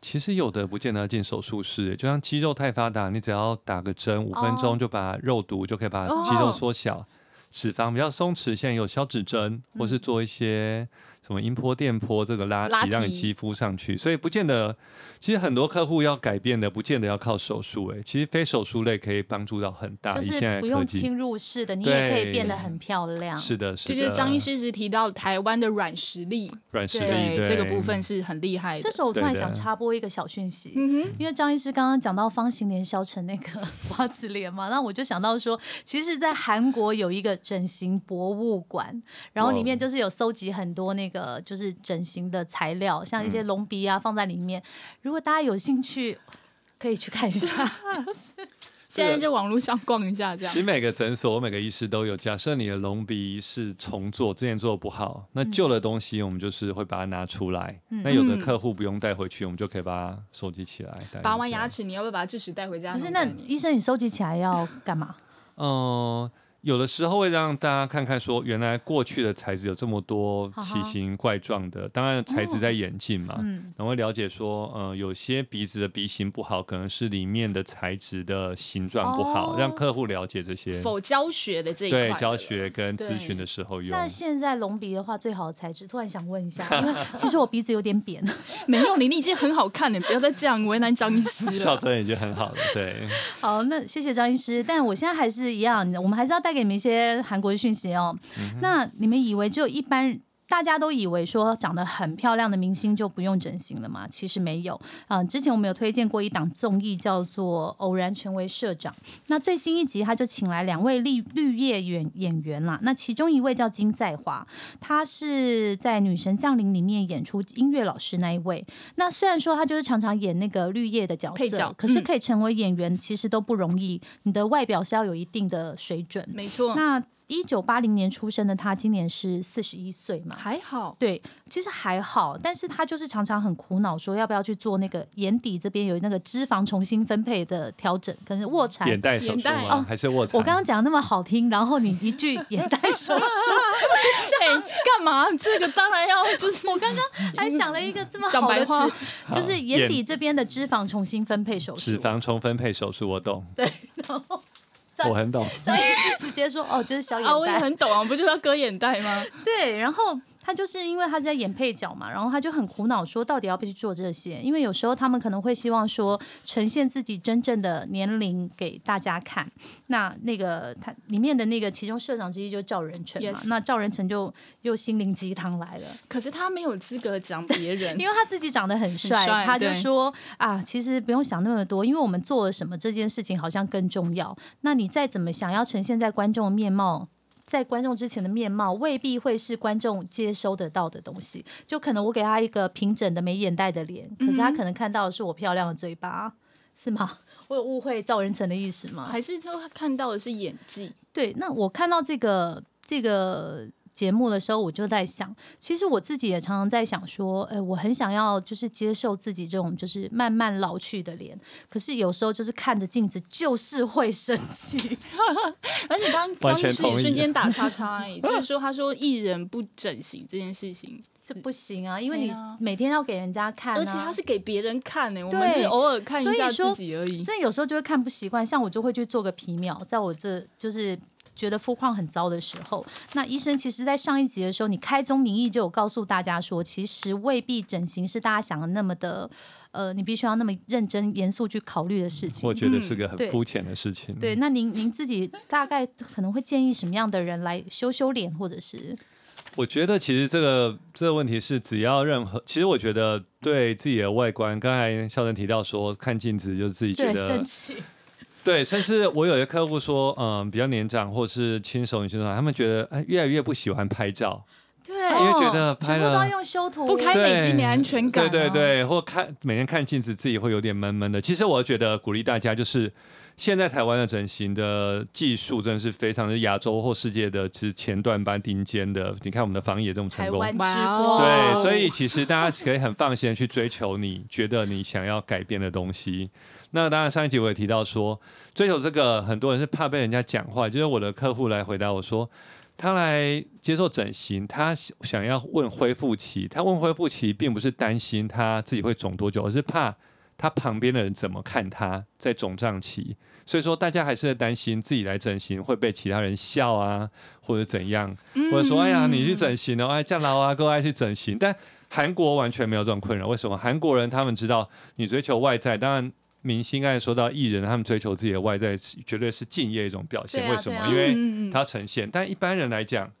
Speaker 4: 其实有的不见得要进手术室，就像肌肉太发达，你只要打个针，五分
Speaker 2: 哦
Speaker 4: 钟就把肉毒就可以把肌肉缩小。脂肪比较松弛，现在有消脂针，或是做一些什么音波、电波这个拉
Speaker 2: 嗯拉
Speaker 4: 提，让你
Speaker 2: 提
Speaker 4: 肌肤上去。所以不见得，其实很多客户要改变的，不见得要靠手术。哎，其实非手术类可以帮助到很大。
Speaker 3: 就
Speaker 4: 啊以现
Speaker 3: 是
Speaker 4: 在
Speaker 3: 不
Speaker 4: 的科
Speaker 3: 用
Speaker 4: 技，
Speaker 3: 侵入式的，你也可以
Speaker 4: 对
Speaker 3: 变得很漂亮。
Speaker 4: 是的，
Speaker 2: 这
Speaker 4: 是
Speaker 2: 就是
Speaker 4: 的。
Speaker 2: 张医师一直提到台湾的软实力，
Speaker 4: 软实力，
Speaker 2: 对
Speaker 4: 对
Speaker 2: 这个部分是很厉害的。
Speaker 3: 这时候我突然
Speaker 4: 对的
Speaker 3: 想插播一个小讯息，因为张医师刚刚讲到方形脸削成那个 瓜子脸嘛，那我就想到说，其实，在韩国有一个整形博物馆，然后里面
Speaker 4: 哇
Speaker 3: 就是有搜集很多那个就是整形的材料，像一
Speaker 4: 嗯
Speaker 3: 些隆鼻啊放在里面。如果大家有兴趣，可以去看一下。
Speaker 2: 现在就网络上逛一下，这样
Speaker 4: 其实每个诊所、每个医师都有。假设你的隆鼻是重做，之前做的不好，那旧的东西我们就是会把它拿出来。
Speaker 2: 嗯
Speaker 4: 那有的客户不用带回去，我们就可以把它收集起来。带回
Speaker 2: 拔完
Speaker 4: 家
Speaker 2: 牙，齿，你要不要把智齿带回家？
Speaker 3: 可是，那医生，你收集起来要干嘛？
Speaker 4: 嗯、有的时候会让大家看看说，原来过去的材质有这么多奇形怪状的。当然，材质在演进嘛，
Speaker 2: 嗯
Speaker 4: 然后会了解说，呃，有些鼻子的鼻型不好，可能是里面的材质的形状不好，
Speaker 3: 哦
Speaker 4: 让客户了解这些。
Speaker 2: 否教学的这一块
Speaker 4: 对
Speaker 2: 的，
Speaker 4: 教学跟咨询
Speaker 2: 对
Speaker 4: 的时候用。
Speaker 3: 但现在隆鼻的话，最好的材质，突然想问一 下，因为其实我鼻子有点扁，
Speaker 2: 没有你，你已经很好看了，不要再这样为难张医师
Speaker 4: 笑
Speaker 2: 了。
Speaker 4: 真已经很好了，对，
Speaker 3: 好，那谢谢张医师。但我现在还是一样，我们还是要带给你们一些韩国的讯息哦。那你们以为只有一般？大家都以为说长得很漂亮的明星就不用整形了嘛？其实没有。嗯、之前我们有推荐过一档综艺叫做《偶然成为社长》，那最新一集他就请来两位绿绿叶演演员啦。那其中一位叫金在华，他是在《女神降临》里面演出音乐老师那一位。那虽然说他就是常常演那个绿叶的角色，
Speaker 2: 配角
Speaker 3: 可是
Speaker 2: 嗯
Speaker 3: 可以成为演员其实都不容易，你的外表是要有一定的水准。
Speaker 2: 没错，
Speaker 3: 那一九八零年出生的他，今年是四十一岁嘛？
Speaker 2: 还 好。
Speaker 3: 对，其实还好，但是他就是常常很苦恼，说要不要去做那个眼底这边有那个脂肪重新分配的调整，可能卧蚕
Speaker 4: 眼袋手
Speaker 2: 眼
Speaker 4: 术
Speaker 2: 袋
Speaker 4: 吗？
Speaker 3: 哦
Speaker 4: 还是卧蚕？
Speaker 3: 我刚刚讲那么好听，然后你一句眼袋 手术，
Speaker 2: 哎，干嘛？这个当然要，就是我刚刚
Speaker 3: 还想了一个这么
Speaker 2: 讲
Speaker 3: 好
Speaker 2: 白
Speaker 3: 的
Speaker 2: 话
Speaker 3: 词，就是眼底这边的脂肪重新分配手术。
Speaker 4: 脂肪重分配手术，我懂，对，
Speaker 3: 后
Speaker 4: 我很懂，
Speaker 3: 张医师直接说：“哦，就是小眼
Speaker 2: 啊，我也
Speaker 3: 袋。
Speaker 2: 很懂啊，不就是要割眼袋吗？
Speaker 3: 对，然后他就是因为他是在演配角嘛，然后他就很苦恼，说到底要不要去做这些？因为有时候他们可能会希望说呈现自己真正的年龄给大家看。那那个他里面的那个其中社长之一就是赵仁成嘛
Speaker 2: Yes
Speaker 3: 那赵仁成就又心灵鸡汤来了。
Speaker 2: 可是他没有资格讲别人，
Speaker 3: 因为他自己长得很帅，
Speaker 2: 很帅
Speaker 3: 他就
Speaker 2: 对
Speaker 3: 说啊，其实不用想那么多，因为我们做了什么这件事情好像更重要。那你再怎么想要呈现在观众的面貌。在观众之前的面貌未必会是观众接收得到的东西，就可能我给他一个平整的没眼袋的脸，可是
Speaker 2: 嗯
Speaker 3: 他可能看到的是我漂亮的嘴巴，是吗？ 我有误会赵仁成的意思吗？
Speaker 2: 还是就他看到的是演技。
Speaker 3: 对，那我看到这个这个节目的时候，我就在想，其实我自己也常常在想说，哎，我很想要就是接受自己这种就是慢慢老去的脸，可是有时候就是看着镜子就是会生气。
Speaker 2: 而且刚
Speaker 4: 完
Speaker 2: 张
Speaker 4: 全
Speaker 2: 医师
Speaker 4: 同
Speaker 2: 也
Speaker 4: 意
Speaker 2: 瞬间打叉叉、哎，就是说他说艺人不整形这件事情，
Speaker 3: 这不行啊，因为
Speaker 2: 对
Speaker 3: 你
Speaker 2: 啊
Speaker 3: 每天要给人家看、啊，
Speaker 2: 而且他是给别人看呢、我
Speaker 3: 对
Speaker 2: 们是偶尔看一
Speaker 3: 所
Speaker 2: 下
Speaker 3: 以说
Speaker 2: 自己而已。
Speaker 3: 真的有时候就会看不习惯，像我就会去做个皮秒，在我这就是觉得肤况很糟的时候，那医生其实在上一集的时候，你开宗明义就有告诉大家说，其实未必整形是大家想的那么的，呃，你必须要那么认真严肃去考虑的事情。
Speaker 4: 我觉得是个
Speaker 3: 嗯
Speaker 4: 很
Speaker 3: 对
Speaker 4: 肤浅的事情。
Speaker 3: 对，那您您自己大概可能会建议什么样的人来修修脸，或者是
Speaker 4: 我觉得其实这个这个问题是，只要任何，其实我觉得对自己的外观，刚才孝正提到说看镜子就自己觉
Speaker 3: 对
Speaker 4: 得
Speaker 3: 生气？
Speaker 4: 对，甚至我有些客户说，嗯，比较年长或是轻熟女生，他们觉得哎越来越不喜欢拍照，
Speaker 3: 对，哦
Speaker 4: 因为觉得拍
Speaker 3: 全部都要
Speaker 4: 了。
Speaker 3: 用修图，
Speaker 2: 不开美肌没安全感、啊，
Speaker 4: 对对对，或看每天看镜子，自己会有点闷闷的。其实我觉得鼓励大家，就是现在台湾的整形的技术真的是非常的亚洲或世界的之前段班顶尖的。你看我们的防疫也这么成
Speaker 3: 台
Speaker 4: 功，
Speaker 3: 湾之
Speaker 2: 哇
Speaker 3: 光
Speaker 2: 哦。
Speaker 4: 对，所以其实大家可以很放心的去追求你觉得你想要改变的东西。那当然，上一集我也提到说，追求这个很多人是怕被人家讲话，就是我的客户来回答我说，他来接受整形，他想要问恢复期，他问恢复期并不是担心他自己会肿多久，而是怕他旁边的人怎么看他在肿胀期。所以说，大家还是担心自己来整形会被其他人笑啊，或者怎样，或者说哎呀你去整形哦，哎这样老啊哥爱去整形，但韩国完全没有这种困扰。为什么？韩国人他们知道你追求外在，当然明星刚才说到艺人，他们追求自己的外在是绝对是敬业一种表现。
Speaker 3: 对啊
Speaker 4: 为什么？
Speaker 3: 对啊
Speaker 2: 嗯
Speaker 4: 因
Speaker 2: 嗯
Speaker 4: 为
Speaker 2: 嗯
Speaker 4: 他呈现。但一般人来讲，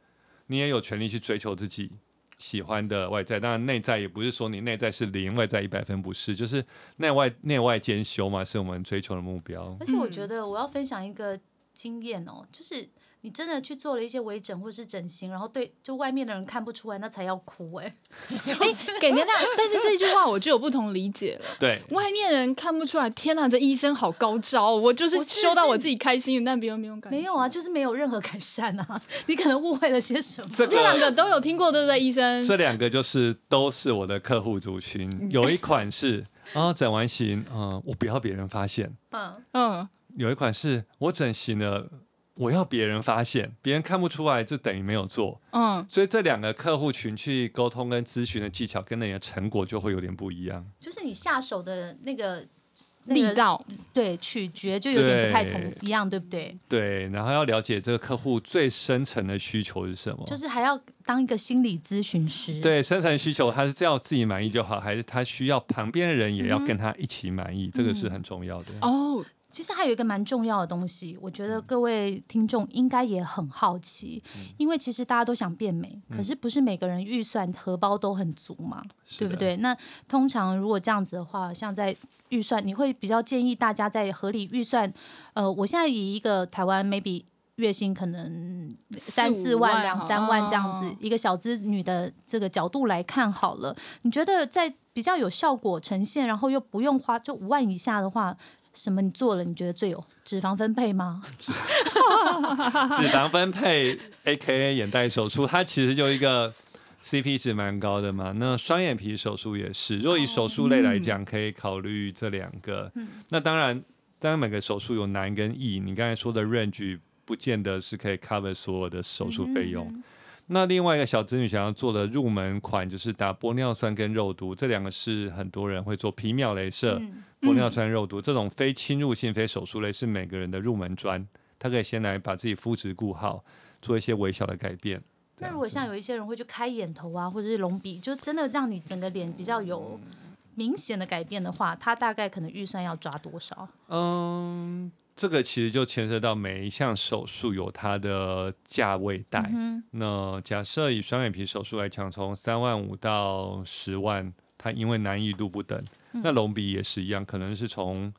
Speaker 4: 你也有权利去追求自己。喜欢的外在，当然内在也不是说你内在是零，外在一百分，不是，就是内外内外兼修嘛，是我们追求的目标。
Speaker 3: 而且我
Speaker 2: 嗯
Speaker 3: 觉得我要分享一个经验哦，就是你真的去做了一些微整或是整形，然后对就外面的人看不出来，那才要哭 哎、
Speaker 2: 哎， 给人家，但是这句话我就有不同理解了。
Speaker 4: 对，
Speaker 2: 外面人看不出来，天哪，这医生好高招哦！我就是
Speaker 3: 不是
Speaker 2: 修到
Speaker 3: 是
Speaker 2: 我自己开心的，但别人没有感 觉。
Speaker 3: 没有啊，就是没有任何改善啊， 你可能误会了些什么。
Speaker 4: 这
Speaker 2: 这两
Speaker 4: 个
Speaker 2: 个都有听过，对不对，医生？
Speaker 4: 这两个就是都是我的客户族群，有一款是啊、整完型，嗯、我不要别人发现；
Speaker 3: 嗯，
Speaker 2: 嗯，
Speaker 4: 有一款是我整形了，我要别人发现，别人看不出来，就等于没有做。
Speaker 2: 嗯，
Speaker 4: 所以这两个客户群去沟通跟咨询的技巧，跟你的成果就会有点不一样。
Speaker 3: 就是你下手的那个那个
Speaker 2: 力道，
Speaker 3: 对取决就有点不太同
Speaker 4: 对
Speaker 3: 一样，对不对？
Speaker 4: 对，然后要了解这个客户最深层的需求是什么。
Speaker 3: 就是还要当一个心理咨询师。
Speaker 4: 对深层需求，他是只要自己满意就好，还是他需要旁边的人也要跟他一起满意？这个是很重要的。
Speaker 2: 哦，
Speaker 3: 其实还有一个蛮重要的东西，我觉得各位听众应该也很好奇，因为其实大家都想变美，可是不是每个人预算荷包都很足嘛，对不
Speaker 4: 的
Speaker 3: 对？那通常如果这样子的话，像在预算，你会比较建议大家在合理预算，呃，我现在以一个台湾 maybe。月薪可能三四
Speaker 2: 五万
Speaker 3: 万、两三万这样子
Speaker 2: 哦，
Speaker 3: 一个小资女的这个角度来看好了。你觉得在比较有效果呈现，然后又不用花就五万以下的话，什么你做了你觉得最有脂肪分配吗？
Speaker 4: 脂肪分配 （A K A 眼袋手术），它其实就一个 C P 值蛮高的嘛。那双眼皮手术也是，若以手术类来讲，可以考虑这两个。那当然，当然每个手术有难跟易，你刚才说的 range 不见得是可以 cover 所有的手术费用。那另外一个小子女想要做的入门款就是打玻尿酸跟肉毒，这两个是很多人会做皮秒镭射、玻尿酸肉毒这种非侵入性、非手术类是每个人的入门砖，他可以先来把自己肤质顾好，做一些微小的改变。这
Speaker 3: 那
Speaker 4: 样
Speaker 3: 如果
Speaker 4: 子
Speaker 3: 像有一些人会去开眼头啊，或者是隆鼻，就真的让你整个脸比较有明显的改变的话，他大概可能预算要抓多少？
Speaker 4: 嗯，这个其实就牵涉到每一项手术有它的价位带。那假设以双眼皮手术来讲，从三万五到十万，它因为难易度不等。那隆鼻也是一样，可能是从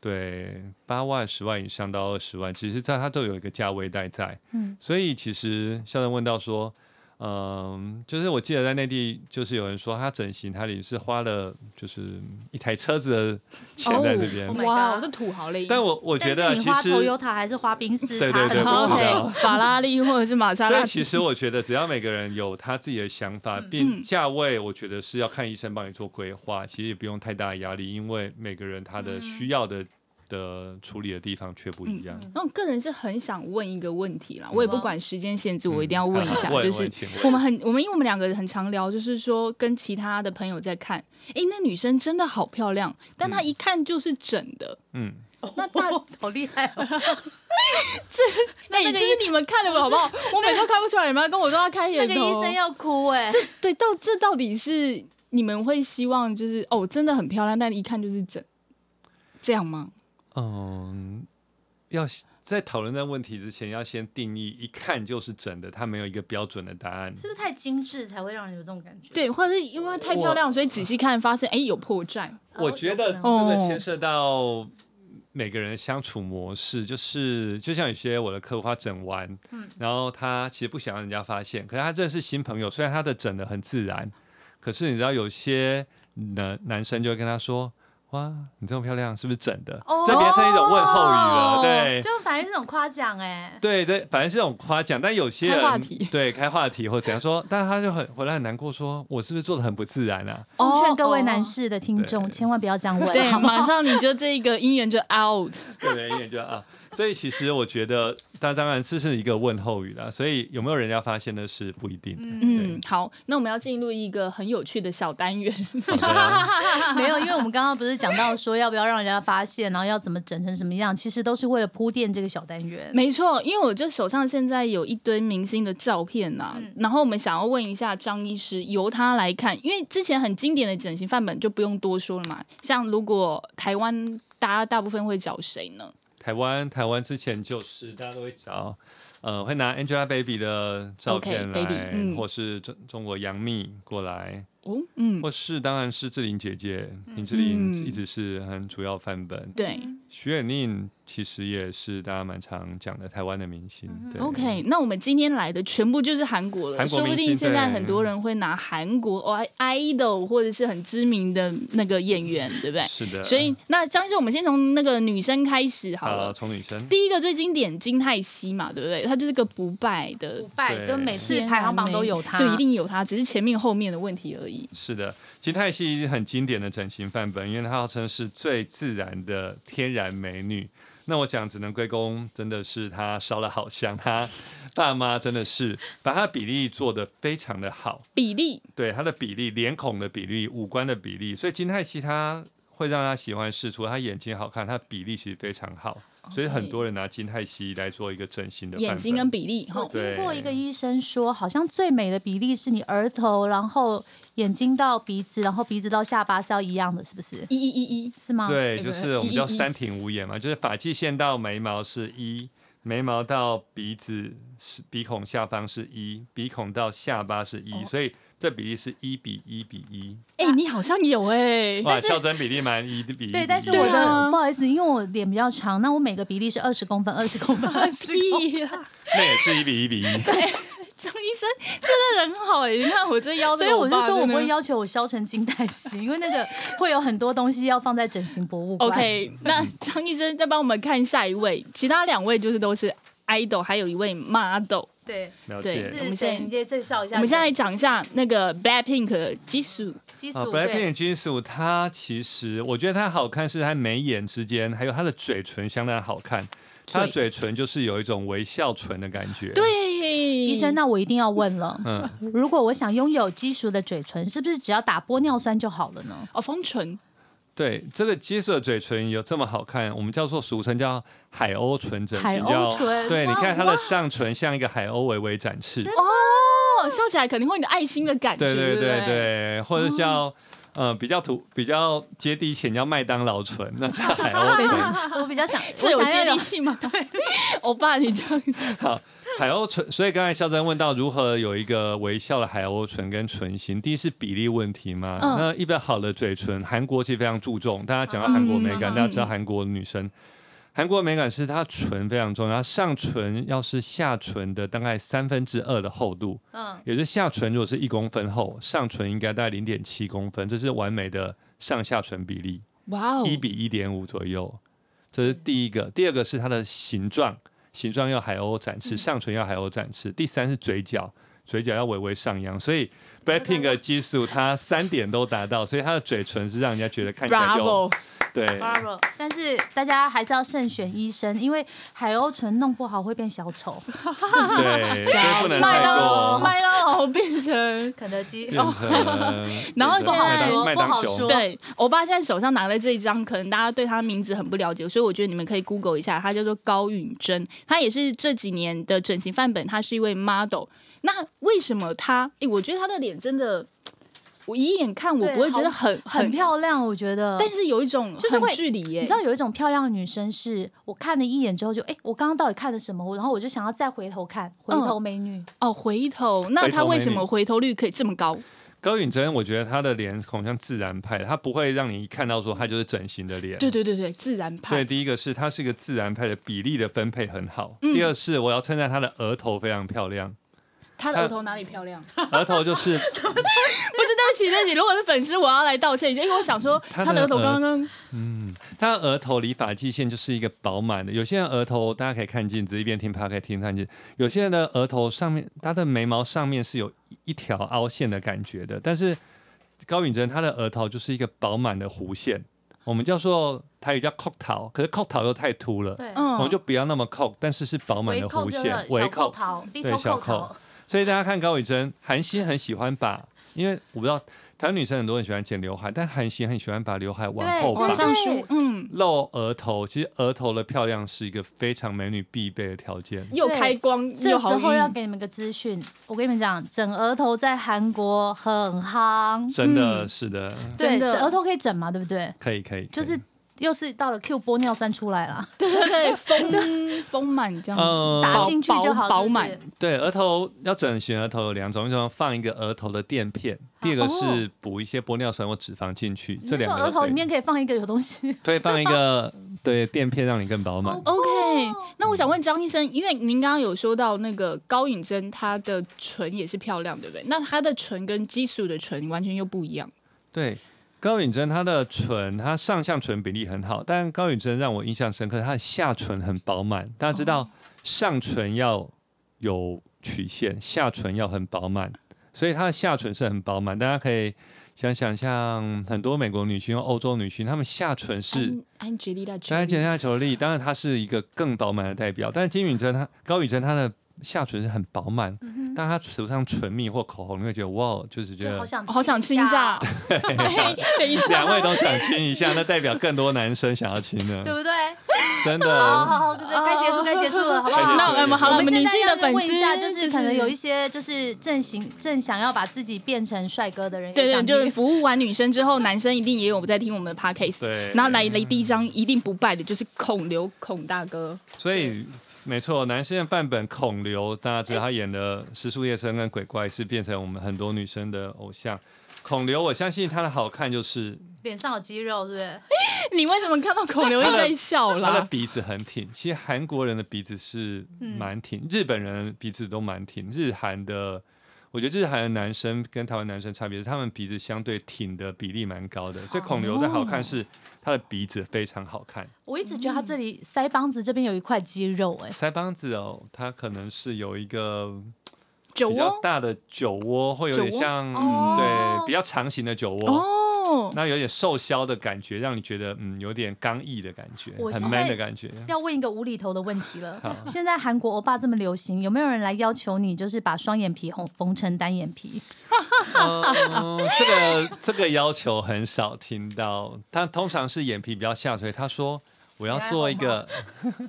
Speaker 4: 对八万、十万以上到二十万，其实在它都有一个价位带在。嗯，所以其实校长问到说。嗯，就是我记得在内地，就是有人说他整形，他也是花了就是一台车子的钱在这
Speaker 1: 哦
Speaker 4: 边。
Speaker 3: Oh my god
Speaker 2: 哇，我是土豪嘞！
Speaker 4: 但我我觉得啊
Speaker 3: 但是
Speaker 4: 其
Speaker 3: 你花
Speaker 4: 实，
Speaker 3: Toyota 还是花宾士
Speaker 4: 对
Speaker 3: 差
Speaker 4: 对对
Speaker 3: 很
Speaker 4: 不知
Speaker 3: 多
Speaker 4: 道。
Speaker 2: OK，法拉利或者是玛莎
Speaker 4: 所以
Speaker 2: 拉
Speaker 4: 其
Speaker 2: 蒂，
Speaker 4: 实我觉得，只要每个人有他自己的想法，
Speaker 3: 嗯
Speaker 4: 并价位，我觉得
Speaker 3: 嗯
Speaker 4: 是要看医生帮你做规划，其实也不用太大的压力，因为每个人他的需要的的处理的地方却不一样。
Speaker 3: 嗯
Speaker 1: 那我个人是很想问一个问题啦，我也不管时间限制，我一定 要问一下，
Speaker 4: 嗯好
Speaker 1: 就
Speaker 4: 问
Speaker 1: 是
Speaker 4: 问请问
Speaker 1: 我们很我们因为我们两个很常聊，就是说跟其他的朋友在看，诶，那女生真的好漂亮，但她一看就是整的，
Speaker 4: 嗯，
Speaker 1: 那大
Speaker 3: 好厉害哦！
Speaker 1: 那也就是你们看了好不 好？我每都看不出来，你们要跟我说她开
Speaker 3: 那
Speaker 1: 眼
Speaker 3: 个
Speaker 1: 头，
Speaker 3: 医生要哭哎、
Speaker 1: 这对到这到底是你们会希望就是哦，真的很漂亮，但一看就是整，这样吗？
Speaker 4: 嗯，要先在讨论这个问题之前，要先定义一看就是整的，它没有一个标准的答案。
Speaker 3: 是不是太精致才会让人有这种感觉？，
Speaker 1: 对，或者是因为太漂亮，所以仔细看发现哎有破绽，
Speaker 4: 我觉得这个
Speaker 1: 哦
Speaker 4: 牵涉到每个人的相处模式，就是就像有些我的客户他整完，然后他其实不想让人家发现，可是他认识新朋友，虽然他的整的很自然，可是你知道有些男男生就会跟他说。哇，你这么漂亮，是不是整的？
Speaker 3: 哦
Speaker 4: 这变成一种问候语了，对。
Speaker 3: 这反而是种夸奖哎。
Speaker 4: 对对，反正是这种夸奖，但有些人
Speaker 1: 开话题
Speaker 4: 对开话题或怎样说，但他就很回来很难过说，我是不是做的很不自然啊？
Speaker 5: 奉
Speaker 1: 哦
Speaker 5: 劝各位
Speaker 1: 哦
Speaker 5: 男士的听众，
Speaker 4: 对啊
Speaker 5: 千万不要这样问，
Speaker 1: 对，
Speaker 5: 好吗？
Speaker 1: 马上你就这个姻缘就 out。
Speaker 4: 对不对？因为就啊，所以其实我觉得，那当然这是一个问候语啦，所以有没有人家发现那是不一定的。
Speaker 1: 嗯，好，那我们要进入一个很有趣的小单元。
Speaker 4: 好的，
Speaker 3: 没有，因为我们刚刚不是讲到说要不要让人家发现，然后要怎么整成什么样，其实都是为了铺垫这个小单元。
Speaker 1: 没错，因为我就手上现在有一堆明星的照片呐、
Speaker 4: 嗯
Speaker 1: 然后我们想要问一下张医师，由他来看，因为之前很经典的整形范本就不用多说了嘛。像如果台湾大家大部分会找谁呢？
Speaker 4: 台湾台湾之前就是大家都会找，呃，会拿 Angelababy 的照
Speaker 1: OK，
Speaker 4: 片来
Speaker 1: baby，嗯
Speaker 4: 或是中中国杨幂过来，
Speaker 1: 哦，嗯，
Speaker 4: 或是当然是志玲姐姐，林志玲
Speaker 1: 嗯
Speaker 4: 一直是很主要范本。
Speaker 1: 对
Speaker 4: 徐远宁其实也是大家蛮常讲的台湾的明星。对
Speaker 1: 嗯 OK，那我们今天来的全部就是韩国了，
Speaker 4: 韩国
Speaker 1: 说不
Speaker 4: 明
Speaker 1: 定
Speaker 4: 星
Speaker 1: 现在
Speaker 4: 对
Speaker 1: 很多人会拿韩国哦 idol 或者是很知名的那个演员，对不对？
Speaker 4: 是的。
Speaker 1: 所以那张医生，我们先从那个女生开始好了。
Speaker 4: 好，从女生
Speaker 1: 第一个最经典金泰熙嘛，对不对？她就是个不败的，
Speaker 3: 拜，
Speaker 4: 对
Speaker 3: 就每次排行榜都有他，
Speaker 1: 对，一定有她，只是前面后面的问题而已。
Speaker 4: 是的，金泰熙很经典的整形范本，因为她号称是最自然的天然美女。那我想只能归功，真的是她烧了好香，她爸妈真的是把她比例做得非常的好。
Speaker 1: 比例
Speaker 4: 对她的比例、脸孔的比例、五官的比例，所以金泰熙她会让她喜欢是，除了她眼睛好看，她比例其实非常好，所以很多人拿金泰熙来做一个整形的
Speaker 1: 眼
Speaker 4: 范
Speaker 1: 睛
Speaker 4: 本
Speaker 1: 跟比例哈
Speaker 3: 我，听过
Speaker 4: 对
Speaker 3: 一个医生说，好像最美的比例是你额头，然后眼睛到鼻子，然后鼻子到下巴是要一样的，是不是？
Speaker 1: 一一一一，
Speaker 3: 是吗？，
Speaker 4: 对，
Speaker 1: 对不
Speaker 4: 就
Speaker 1: 对
Speaker 4: 是我们
Speaker 1: 一
Speaker 4: 叫
Speaker 1: 一一
Speaker 4: 三庭五眼嘛，就是发际线到眉毛是一，眉毛到鼻子是鼻孔下方是一，鼻孔到下巴是一、所以这比例是一比一比一，
Speaker 1: 哎，你好像有哎，
Speaker 4: 哇，
Speaker 3: 是
Speaker 4: 校正比例蛮一比一。
Speaker 3: 对，但是
Speaker 4: 比一
Speaker 3: 我
Speaker 1: 对啊
Speaker 3: 的不好意思，因为我脸比较长，那我每个比例是二十公分、二十公分、 二十公分。
Speaker 1: 屁啦
Speaker 4: 那也是一比一比一。
Speaker 1: 张医生真的人好哎，你看我这腰，
Speaker 3: 所以我就
Speaker 1: 爸
Speaker 3: 说我
Speaker 1: 真的
Speaker 3: 会要求我削成金泰熙，因为那个会有很多东西要放在整形博物馆。
Speaker 1: OK，那张医生再帮我们看下一位，其他两位就是都是 idol，还有一位 model。
Speaker 3: 对，
Speaker 4: 了
Speaker 1: 对
Speaker 4: 解
Speaker 1: 是。
Speaker 3: 是谁？你介介绍一下。
Speaker 1: 我们现在哦讲一下那个 Blackpink 的基础，
Speaker 3: 基
Speaker 4: 啊
Speaker 3: 础对，
Speaker 4: ，Blackpink 金属，它其实我觉得它好看是它眉眼之间，还有它的嘴唇相当好看。它的嘴唇就是有一种微笑唇的感觉。
Speaker 1: 对，
Speaker 3: 医生，那我一定要问了，
Speaker 4: 嗯
Speaker 3: 如果我想拥有基础的嘴唇，是不是只要打玻尿酸就好了呢？
Speaker 1: 哦，丰唇，
Speaker 4: 对，这个基色嘴唇有这么好看，我们叫做俗称叫海鸥唇整
Speaker 3: 海
Speaker 4: 形，
Speaker 3: 鸥
Speaker 4: 叫
Speaker 3: 唇
Speaker 4: 对，你
Speaker 3: 哇
Speaker 4: 看它的上唇像一个海鸥微微展翅，
Speaker 1: 哦，笑起来肯定会有爱心的感觉，
Speaker 4: 对对
Speaker 1: 不
Speaker 4: 对对，或者叫、
Speaker 3: 哦
Speaker 4: 呃比较土比较接地气，你叫麦当劳唇，那叫海 鸥唇。
Speaker 3: 我比较 想，
Speaker 1: 这
Speaker 3: 我
Speaker 1: 有
Speaker 3: 想
Speaker 1: 接
Speaker 3: 要
Speaker 1: 地
Speaker 3: 有
Speaker 1: 气吗？对， 欧巴，你这样
Speaker 4: 好，海鸥唇。所以刚才肖真问到如何有一个微笑的海鸥唇跟唇形，第一是比例问题嘛。那一般好的嘴唇，韩国其实非常注重。大家讲到韩国美感，大家知道韩国女生。韩国美感是她唇非常重要，她上唇要是下唇的大概三分之二的厚度，嗯，也就是下唇如果是一公分厚，上唇应该大概零点七公分，这是完美的上下唇比例。
Speaker 1: 哇哦，
Speaker 4: 一比一点五左右，这是第一个。第二个是它的形状，形状要海鸥展
Speaker 1: 嗯
Speaker 4: 翅，上唇要海鸥展翅。第三是嘴角，嘴角要微微上扬。所以 Blackpink 的技术它三点都达到，所以它的嘴唇是让人家觉得看起来就
Speaker 1: Bravo，
Speaker 4: 对，
Speaker 1: Bravo，
Speaker 3: 但是大家还是要慎选医生，因为海鸥醇弄不好会变小丑。 哦
Speaker 4: 对，所以不能
Speaker 1: 麦
Speaker 4: 太嗯
Speaker 1: 当劳
Speaker 4: 过。
Speaker 1: 麦当劳哦变成
Speaker 3: 肯德基哦
Speaker 4: 变成，
Speaker 1: 然后
Speaker 4: 对
Speaker 1: 现在
Speaker 4: 麦当
Speaker 3: 不好
Speaker 4: 熊
Speaker 3: 说
Speaker 1: 对，欧巴现在手上拿的这一张，可能大家对他名字很不了解，所以我觉得你们可以 Google 一下，他叫做高允贞，他也是这几年的整形范本，他是一位 model。那为什么他？诶，我觉得他的脸真的，我一眼看我
Speaker 3: 对
Speaker 1: 不会觉得
Speaker 3: 好
Speaker 1: 很
Speaker 3: 很漂亮，我觉得。
Speaker 1: 但是有一种
Speaker 3: 就是会
Speaker 1: 很距离耶、
Speaker 3: 你知道有一种漂亮的女生是，我看了一眼之后就，哎、我刚刚到底看了什么？然后我就想要再回头看，回头美女。
Speaker 1: 哦，回头，那
Speaker 4: 回头
Speaker 1: 他为
Speaker 4: 美
Speaker 1: 什
Speaker 4: 女
Speaker 1: 么回头率可以这么高？
Speaker 4: 高允贞，我觉得她的脸好像自然派的，她不会让你一看到说她就是整形的脸。
Speaker 1: 对对对对，自然
Speaker 4: 所以
Speaker 1: 派。
Speaker 4: 第一个是她是一个自然派的比例的分配很好，
Speaker 3: 嗯
Speaker 4: 第二是我要称赞她的额头非常 漂亮，
Speaker 1: 他的额
Speaker 4: 他
Speaker 1: 头哪里漂亮？ 不
Speaker 4: 额头就是
Speaker 1: 是，对不起，对不起，如果是粉丝，我要来道歉，因为我想说
Speaker 4: 他
Speaker 1: 他的
Speaker 4: 的呃
Speaker 1: 额头刚
Speaker 4: 额
Speaker 1: 刚
Speaker 4: 她额头离发际线就是一个饱满的，有些人额头大家可以看镜子，一边听 p 可以听看镜，有些人的额头上面，她的眉毛上面是有一一条凹陷的感觉的，但是高允贞她的额头就是一个饱满的弧线，我们叫做台语叫扣桃，可是扣桃又太凸了，
Speaker 3: 对，
Speaker 1: 嗯，
Speaker 4: 我们就不要那么扣，但是是饱满
Speaker 3: 围
Speaker 4: 的
Speaker 3: 扣
Speaker 4: 弧
Speaker 3: 就
Speaker 4: 线
Speaker 3: 是，
Speaker 4: 微
Speaker 3: 小扣
Speaker 4: 扣。
Speaker 3: 桃，低头
Speaker 4: 对小
Speaker 3: 扣桃
Speaker 4: 扣。所以大家看高以真，韩星很喜欢把，因为我不知道台湾女生很多人喜欢剪刘海，但韩星很喜欢把刘海往后
Speaker 3: 对
Speaker 1: 往
Speaker 4: 绑，
Speaker 1: 上梳，嗯，
Speaker 4: 露额头。其实额头的漂亮是一个非常美女必备的条件。
Speaker 3: 嗯
Speaker 1: 又开光，
Speaker 3: 这
Speaker 1: 又
Speaker 3: 时
Speaker 1: 好
Speaker 3: 候要
Speaker 1: 晕。
Speaker 3: 给你们个资讯，我跟你们讲，整额头在韩国很夯，
Speaker 4: 真的是的，
Speaker 3: 对，
Speaker 1: 真的
Speaker 3: 整额头可以整嘛，对不对？
Speaker 4: 可以可以，
Speaker 3: 就是
Speaker 4: 可以
Speaker 3: 又是到了 Q 玻尿酸出来了，
Speaker 1: 对对 对，丰 丰满这样，
Speaker 4: 嗯
Speaker 3: 打
Speaker 1: 饱
Speaker 3: 进去就好，
Speaker 1: 饱
Speaker 3: 是不是
Speaker 1: 满
Speaker 4: 对额头要整形，额头有两种，一种要放一个额头的垫片，第二个是补一些玻尿酸或脂肪进去，这
Speaker 3: 啊哦你
Speaker 4: 两
Speaker 3: 说
Speaker 4: 个
Speaker 3: 额
Speaker 4: 都
Speaker 3: 头
Speaker 4: 可以
Speaker 3: 里面可以放一个有东西，
Speaker 4: 对放一个对垫片让你更饱
Speaker 3: 哦
Speaker 4: 满。
Speaker 1: OK，那我想问张医生，因为您刚刚有说到那个高允贞，她的唇也是漂亮，对不对？那她的唇跟基础的唇完全又不一样。
Speaker 4: 对，高允贞她的唇，她上下唇比例很好，但高允贞让我印象深刻，她的下唇很饱满。大家知道上唇要有曲线，下唇要很饱满，所以她的下唇是很饱满。大家可以想想，像很多美国女星、欧洲女星，她们下唇是。
Speaker 1: 安安吉丽娜，
Speaker 4: 当然，简单球力，当然她是一个更饱满的代表，但是金允珍她高允珍她的下唇是很饱满，但她涂上唇蜜或口红，你会觉得哇，就是 觉
Speaker 3: 就
Speaker 4: 得
Speaker 3: 好想
Speaker 1: 好想亲一
Speaker 3: 一
Speaker 1: 下
Speaker 3: 下，。
Speaker 1: 等 一下，
Speaker 4: 两位都想亲一下，那代表更多男生想要亲
Speaker 3: 对
Speaker 4: 了，
Speaker 3: 不对？
Speaker 4: 真
Speaker 3: 好
Speaker 4: 的。
Speaker 3: 好好，该结束该结束了，好不好？
Speaker 1: 哦哎那我们好了，
Speaker 3: 我
Speaker 1: 我
Speaker 3: 们
Speaker 1: 们
Speaker 3: 现
Speaker 1: 女
Speaker 3: 在
Speaker 1: 性
Speaker 3: 要
Speaker 1: 的
Speaker 3: 再
Speaker 1: 粉
Speaker 3: 问一下，
Speaker 1: 丝
Speaker 3: 就是可能有一些就是正行正想要把自己变成帅哥的人，
Speaker 1: 对
Speaker 3: 也
Speaker 1: 对，
Speaker 3: 想
Speaker 1: 就是
Speaker 3: 听
Speaker 1: 服务完女生之后，男生一定也有在听我 们的 podcast。
Speaker 4: 对
Speaker 1: 然后来雷第一张一定不败的就是孔刘孔大哥。
Speaker 4: 所以没错，男生的范本孔刘，大家知道他演的《时速夜车》跟《鬼怪》是变成我们很多女生的偶像。孔刘，我相信他的好看就是
Speaker 3: 脸上有肌肉，对不对？
Speaker 1: 你为什么看到孔刘又在笑
Speaker 4: 他的
Speaker 1: 啦？嗯
Speaker 4: 鼻子很挺，其实韩国人的鼻子是蛮挺，日本人的鼻子都蛮挺。日韩的，我觉得日韩的男生跟台湾男生差别是，他们鼻子相对挺的比例蛮高的，所以孔刘的好看是他的鼻子非常好看。
Speaker 3: 我一直觉得他这里腮帮子这边有一块肌肉，哎，
Speaker 4: 腮帮子哦，它可能是有一个
Speaker 1: 酒哦
Speaker 4: 比较
Speaker 1: 窝
Speaker 4: 大的酒窝，会有点
Speaker 1: 酒窝
Speaker 4: 像、嗯
Speaker 3: 哦
Speaker 4: 对比较长形的酒窝。
Speaker 1: 哦，
Speaker 4: 那有点瘦削的感觉，让你觉得嗯有点刚毅的感觉，
Speaker 3: 我
Speaker 4: 很
Speaker 3: 现
Speaker 4: man
Speaker 3: 在
Speaker 4: 的感 觉。
Speaker 3: 要问一个无厘头的问题了。现在韩国欧巴这么流行，有没有人来要求你，就是把双眼皮缝缝成单眼皮？
Speaker 4: 哦，这个这个要求很少听到，他通常是眼皮比较下垂。他说我要做一个，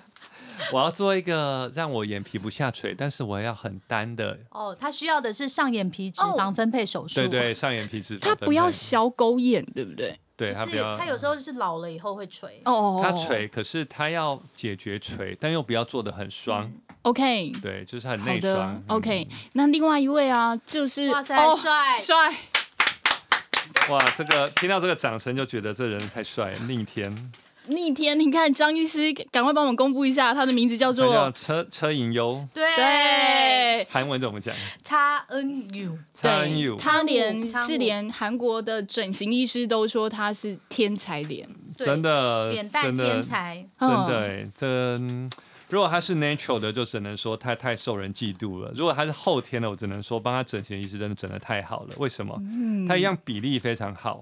Speaker 4: 我要做一个让我眼皮不下垂，但是我要很单的，
Speaker 3: 哦，他需要的是上眼皮脂肪分配手术。
Speaker 4: 对对，上眼皮脂肪
Speaker 1: 他
Speaker 4: 分配。
Speaker 1: 不要小狗眼，对不对？
Speaker 4: 对
Speaker 3: 可
Speaker 4: 他不
Speaker 3: 是
Speaker 4: 要
Speaker 3: 他有时候是老了以后会垂。
Speaker 1: 哦哦，哦
Speaker 4: 他。垂，可是他要解决垂，但又不要做的很双，
Speaker 1: OK，
Speaker 4: 对，就是很
Speaker 1: 好
Speaker 4: 内双
Speaker 1: 的。，OK。那另外一位啊，就是
Speaker 3: 哇塞
Speaker 1: 哦
Speaker 3: 帅
Speaker 1: 帅，
Speaker 4: 嗯哇，这个听到这个掌声就觉得这人太帅了，逆天。
Speaker 1: 逆天！你看张医师，赶快帮我们公布一下，他的名字叫
Speaker 4: 他叫
Speaker 1: 做
Speaker 4: 车车银优，
Speaker 3: 对，
Speaker 1: 对。
Speaker 4: 韩文怎么讲？
Speaker 3: 叉 N U，
Speaker 4: 车银
Speaker 1: 对，
Speaker 4: 优，
Speaker 1: 他连
Speaker 3: 汤姆
Speaker 1: 是连韩国的整形医师都说他是天才脸，
Speaker 3: 对
Speaker 4: 真的，
Speaker 3: 脸蛋
Speaker 4: 真的
Speaker 3: 天才。
Speaker 4: 真的、
Speaker 1: 嗯
Speaker 4: 欸，这嗯如果他是 natural 的，就只能说他太受人嫉妒了；如果他是后天的，我只能说帮他整形医师真的整的太好了。为什么？他一样比例非常好。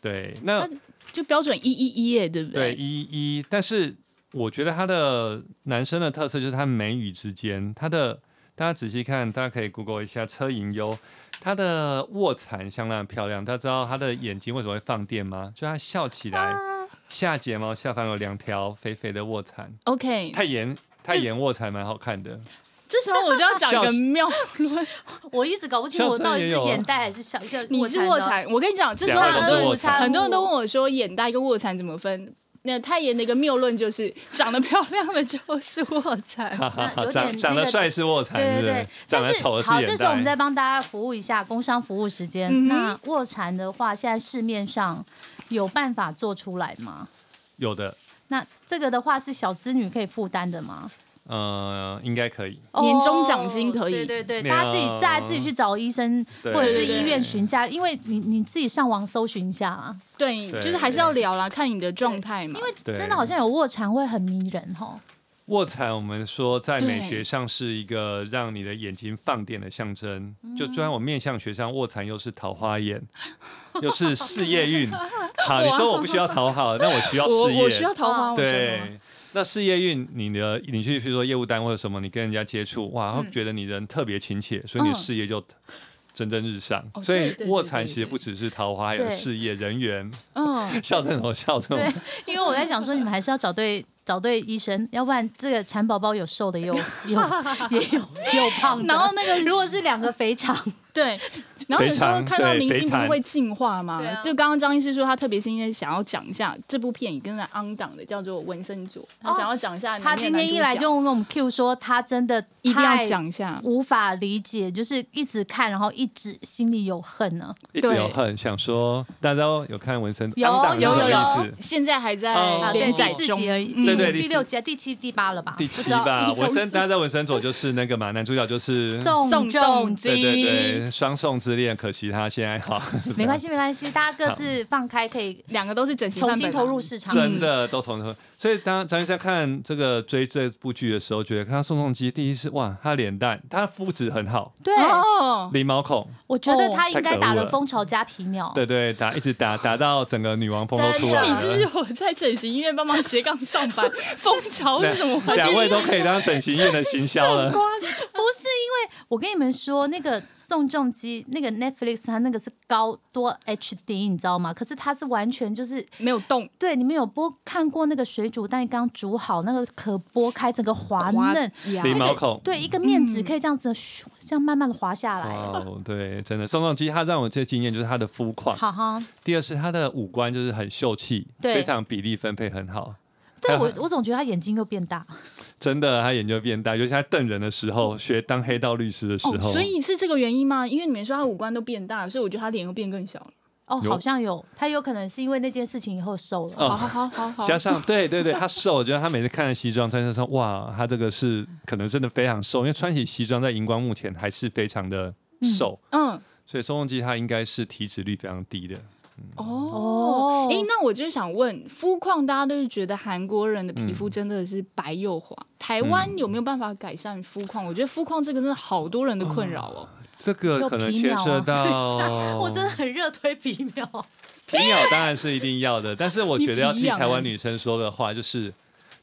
Speaker 4: 对，那
Speaker 1: 就标准一一一耶，对不
Speaker 4: 对，？一一，但是我觉得他的男生的特色就是他眉宇之间，他的大家仔细看，大家可以 Google 一下车银优，他的卧蚕相当漂亮。大家知道他的眼睛为什么会放电吗？就他笑起
Speaker 3: 啊
Speaker 4: 来，下睫毛下方有两条肥肥的卧蚕，
Speaker 1: OK，
Speaker 3: 嗯
Speaker 4: 太妍太妍卧蚕蛮好看的。
Speaker 1: 这时候我就要讲一个
Speaker 4: 笑死
Speaker 1: 妙论，
Speaker 3: 我一直搞不清
Speaker 4: 像
Speaker 3: 我到底
Speaker 4: 这
Speaker 3: 是
Speaker 4: 也有啊
Speaker 3: 眼袋还是小小
Speaker 1: 你是卧
Speaker 3: 卧蚕
Speaker 1: 蚕，我跟你讲，这时
Speaker 4: 两
Speaker 1: 候
Speaker 4: 位
Speaker 1: 很多
Speaker 4: 都是
Speaker 1: 人
Speaker 4: 卧蚕
Speaker 1: 很多人都问我说，眼袋跟卧蚕怎么分？那太妍的一个谬论就是，长得漂亮的就是卧蚕。
Speaker 4: 哈哈
Speaker 3: 那有
Speaker 4: 哈，
Speaker 3: 点
Speaker 4: 长长
Speaker 3: 那
Speaker 4: 得
Speaker 3: 个
Speaker 4: 帅是卧蚕，
Speaker 3: 对对
Speaker 4: 是不
Speaker 3: 对
Speaker 4: 是，长得
Speaker 3: 但是
Speaker 4: 丑的是
Speaker 3: 好，这
Speaker 4: 眼
Speaker 3: 时候我们再
Speaker 4: 袋。
Speaker 3: 帮大家服务一下工商服务时间。
Speaker 1: 嗯
Speaker 3: 那卧蚕的话，现在市面上有办法做出来吗？
Speaker 4: 有的，
Speaker 3: 那这个的话是小资女可以负担的吗？
Speaker 4: 嗯、应该可以。
Speaker 1: 哦年终奖金可以
Speaker 3: 哦对对对，
Speaker 4: 没
Speaker 3: 大家自己
Speaker 4: 有
Speaker 3: 大家自己去找医生
Speaker 4: 对
Speaker 3: 或者是
Speaker 1: 对对
Speaker 3: 医院询价，因为你你自己上网搜寻一下啊，
Speaker 1: 对，
Speaker 4: 对
Speaker 1: 就是还是要聊啦，看你的状态嘛。
Speaker 3: 因为
Speaker 4: 对
Speaker 3: 真的好像有卧蚕会很迷人哦。
Speaker 4: 卧蚕，我们说在美
Speaker 1: 对
Speaker 4: 学上是一个让你的眼睛放电的象征。
Speaker 1: 嗯
Speaker 4: 就虽然我面相学上，卧蚕又是桃花眼， 又是事 业运。好，你说我不需要讨好，但我需要
Speaker 1: 我
Speaker 4: 事业。
Speaker 1: 我需要桃花，
Speaker 3: 哦
Speaker 1: 我觉得
Speaker 4: 对。那事业运，你的你去比如说业务单位或者什么，你跟人家接触，哇，
Speaker 1: 嗯
Speaker 4: 会觉得你人特别亲切，所以你的事业就蒸蒸日上。
Speaker 1: 哦
Speaker 4: 所
Speaker 1: 对
Speaker 4: 以
Speaker 1: 对对
Speaker 4: 卧
Speaker 1: 对
Speaker 4: 蚕
Speaker 1: 对
Speaker 4: 其实不只是桃花，还有
Speaker 3: 对
Speaker 4: 事业、人缘。
Speaker 1: 嗯，
Speaker 4: 笑这种，笑这
Speaker 3: 对
Speaker 4: 种。，
Speaker 3: 因为我在想说，你们还是要找对找对医生，要不然这个蚕宝宝有瘦的， 有有也有有胖的。
Speaker 1: 然后那个
Speaker 3: 如果是两个肥 肠，
Speaker 1: 对，然后有时候看到
Speaker 4: 肥肠对
Speaker 1: 明星
Speaker 4: 肥
Speaker 1: 不是
Speaker 4: 肠
Speaker 1: 会进化吗
Speaker 3: 对啊？
Speaker 1: 就刚刚张医师说，他特别是因为想要讲一下这部片，也跟在 on 档的叫做《文森佐》，他想要讲一下里面的
Speaker 3: 他
Speaker 1: 男主角。
Speaker 3: 今天一来就跟我们 Q 说，他真的
Speaker 1: 一定要
Speaker 3: 太
Speaker 1: 讲一下，
Speaker 3: 无法理解，就是一直看，然后一直心里有恨呢。
Speaker 4: 一直有
Speaker 1: 对
Speaker 4: 很想说，大家有看纹身？
Speaker 3: 有
Speaker 4: 安档是
Speaker 3: 有
Speaker 4: 什么
Speaker 3: 有
Speaker 4: 意思
Speaker 1: 现在还
Speaker 4: 哦
Speaker 1: 在
Speaker 3: 啊，对，
Speaker 1: 连
Speaker 3: 第
Speaker 1: 载
Speaker 3: 四
Speaker 1: 中
Speaker 3: 集而已，
Speaker 1: 嗯
Speaker 4: 对对第
Speaker 3: 第
Speaker 4: 四
Speaker 3: 六集、第七、第八了吧？
Speaker 4: 第
Speaker 3: 不
Speaker 4: 七
Speaker 3: 知道
Speaker 4: 吧，
Speaker 3: 第九
Speaker 4: 纹身大家在纹身左就是那个嘛，男主角就是
Speaker 3: 宋仲
Speaker 1: 宋仲
Speaker 3: 基，
Speaker 4: 对对对，双宋之恋，可惜他现在好，
Speaker 3: 没关系，没关系，大家各自放开，可以
Speaker 1: 两个都是整形
Speaker 3: 重
Speaker 1: 范
Speaker 3: 新嗯
Speaker 1: 本啊
Speaker 3: 投
Speaker 1: 嘛
Speaker 3: 入市场。
Speaker 4: 真的都从头。所以当张医生看这个追这部剧的时候，觉得看到宋仲基，第一是哇，他脸蛋，他肤质很好，
Speaker 3: 对，
Speaker 1: 哦，
Speaker 4: 零毛孔，
Speaker 3: 我觉得
Speaker 1: 哦
Speaker 3: 他应
Speaker 4: 太
Speaker 3: 该
Speaker 4: 可
Speaker 3: 打
Speaker 4: 恶
Speaker 3: 了
Speaker 4: 了
Speaker 3: 蜂巢加皮秒。
Speaker 4: 对对，打一直
Speaker 3: 哦
Speaker 4: 打打到整个女王风都出来
Speaker 1: 你是不是
Speaker 4: 了。
Speaker 1: 我在整形医院帮忙斜杠上 班？蜂巢是怎么回
Speaker 4: 两
Speaker 1: 事？
Speaker 4: 两位都可以当整形院的行销 了，
Speaker 3: 不是因为我跟你们说，那个宋仲基那个 Netflix 它那个是高多 HD，你知道吗？可是它是完全就是
Speaker 1: 没有动，
Speaker 3: 对，你们有播看过那个水煮蛋刚煮好，那个壳剥开，整个滑
Speaker 1: 滑
Speaker 3: 嫩，
Speaker 1: 呀
Speaker 4: 零毛孔。
Speaker 3: 对，一个面纸可以这样子咻，这样慢慢的滑下
Speaker 4: 哇
Speaker 3: 来，
Speaker 4: 哦，对，真的宋仲基，他让我这经验就是他的肤况，
Speaker 3: 好哈。
Speaker 4: 第二是他的五官就是很秀气，
Speaker 3: 对
Speaker 4: 非常比例分配很好。
Speaker 3: 但我我总觉得他眼睛又变大，
Speaker 4: 真的，他眼睛变大，尤其他瞪人的时候，学当黑道律师的时
Speaker 1: 哦，
Speaker 4: 候，
Speaker 1: 所以是这个原因吗？因为你们说他五官都变大，所以我觉得他脸又变更小了。
Speaker 3: 哦，
Speaker 4: 有
Speaker 3: 好像有，他有可能是因为那件事情以后瘦了。
Speaker 1: 好好好好
Speaker 4: 哦加上对对对，他瘦，我觉得他每次看着西装穿身上，哇，他这个是可能真的非常瘦，因为穿起西装在荧光幕前还是非常的瘦，
Speaker 1: 嗯，
Speaker 4: 所以宋仲基他应该是体脂率非常低的。
Speaker 1: 哦，哎、那我就想问，肤况大家都是觉得韩国人的皮
Speaker 4: 嗯
Speaker 1: 肤真的是白又滑，台湾有没有办法改善肤况？我觉得肤况这个真的好多人的困扰哦。
Speaker 4: 这个可能
Speaker 3: 就皮秒
Speaker 4: 牵
Speaker 3: 啊
Speaker 4: 涉到，
Speaker 3: 我真的很热推皮秒，
Speaker 4: 皮秒当然是一定要的，但是我觉得要
Speaker 1: 你皮
Speaker 4: 替
Speaker 1: 痒
Speaker 4: 台湾女生说的话就是，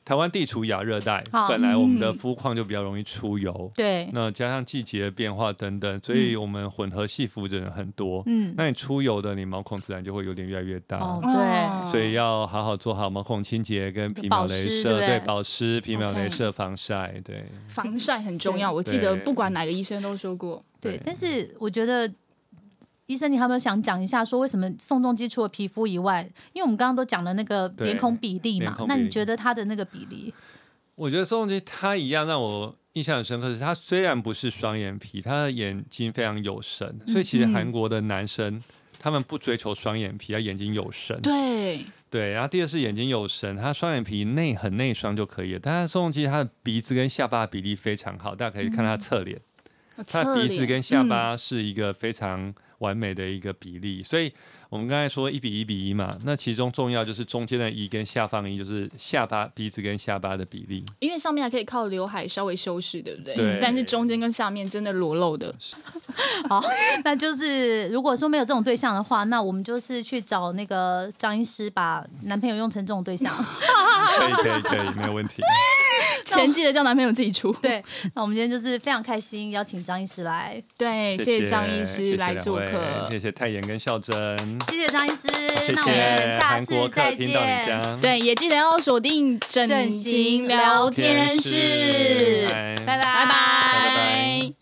Speaker 4: 台湾地处亚热带
Speaker 3: 好，
Speaker 4: 本来我们的肤况就比较容易出油，
Speaker 3: 对，
Speaker 4: 那加上季节变化等等，所以我们混合系服的人很多。
Speaker 3: 嗯，
Speaker 4: 那你出油的，你毛孔自然就会有点越来越大。
Speaker 3: 哦，对，
Speaker 4: 所以要好好做好毛孔清洁跟皮秒
Speaker 3: 保湿
Speaker 4: 镭
Speaker 3: 对不
Speaker 4: 射，
Speaker 3: 对
Speaker 4: 对保湿、皮秒
Speaker 1: OK
Speaker 4: 镭射、防晒，对
Speaker 1: 防晒很重要，我记得
Speaker 4: 嗯对嗯
Speaker 1: 不管哪个医生都说过。
Speaker 3: 对
Speaker 4: 对，
Speaker 3: 但是我觉得。医生，你还有没有想讲一下，说为什么宋仲基除了皮肤以外，因为我们刚刚都讲了那个
Speaker 4: 对
Speaker 3: 脸孔比例嘛
Speaker 4: 脸，孔
Speaker 3: 那
Speaker 4: 比
Speaker 3: 你
Speaker 4: 例
Speaker 3: 觉得他的那个比例？
Speaker 4: 我觉得宋仲基他一样让我印象很深刻的是，他虽然不是双眼皮，他的眼睛非常有神，所以其
Speaker 3: 嗯
Speaker 4: 实韩国的男生他们不追求双眼皮，他眼睛有神。
Speaker 1: 对，
Speaker 4: 对，然后第二是眼睛有神，他双眼皮内很内双就可以了。但是宋仲基他的鼻子跟下巴比例非常好，大家可以看他侧脸，他的
Speaker 1: 嗯哦侧
Speaker 4: 鼻子
Speaker 1: 脸嗯
Speaker 4: 跟下巴是一个非常完美的一个比例。所以我们刚才说一比一比一嘛，那其中重要就是中间的一跟下方一，就是下巴鼻子跟下巴的比例。
Speaker 1: 因为上面还可以靠刘海稍微修饰，对不对？
Speaker 4: 对
Speaker 1: 但是中间跟下面真的裸露的，
Speaker 3: 好， 那就是如果说没有这种对象的话，那我们就是去找那个张医师，把男朋友用成这种对象。
Speaker 4: 可以可以可以，没有 问题。
Speaker 1: 钱记得叫男朋友自己 出。
Speaker 3: 对， 那我们今天就是非常开心，邀请张医师来，
Speaker 1: 对，谢
Speaker 4: 谢
Speaker 1: 张医
Speaker 4: 谢
Speaker 1: 师
Speaker 4: 谢
Speaker 1: 来
Speaker 4: 两
Speaker 1: 做
Speaker 4: 位
Speaker 1: 客。
Speaker 4: 谢谢泰妍跟孝珍。
Speaker 3: 谢谢张医师，
Speaker 4: 谢
Speaker 3: 那我们
Speaker 4: 谢
Speaker 3: 下
Speaker 4: 韩
Speaker 3: 次
Speaker 4: 国客
Speaker 3: 再
Speaker 4: 听到你
Speaker 3: 见，
Speaker 4: 家，
Speaker 1: 对，也记得要锁定整
Speaker 3: 整
Speaker 1: 形
Speaker 3: 形
Speaker 1: 聊
Speaker 3: 聊
Speaker 1: 天
Speaker 4: 天
Speaker 1: 室
Speaker 4: 室，
Speaker 3: 拜拜
Speaker 1: 拜
Speaker 4: 拜
Speaker 1: 拜。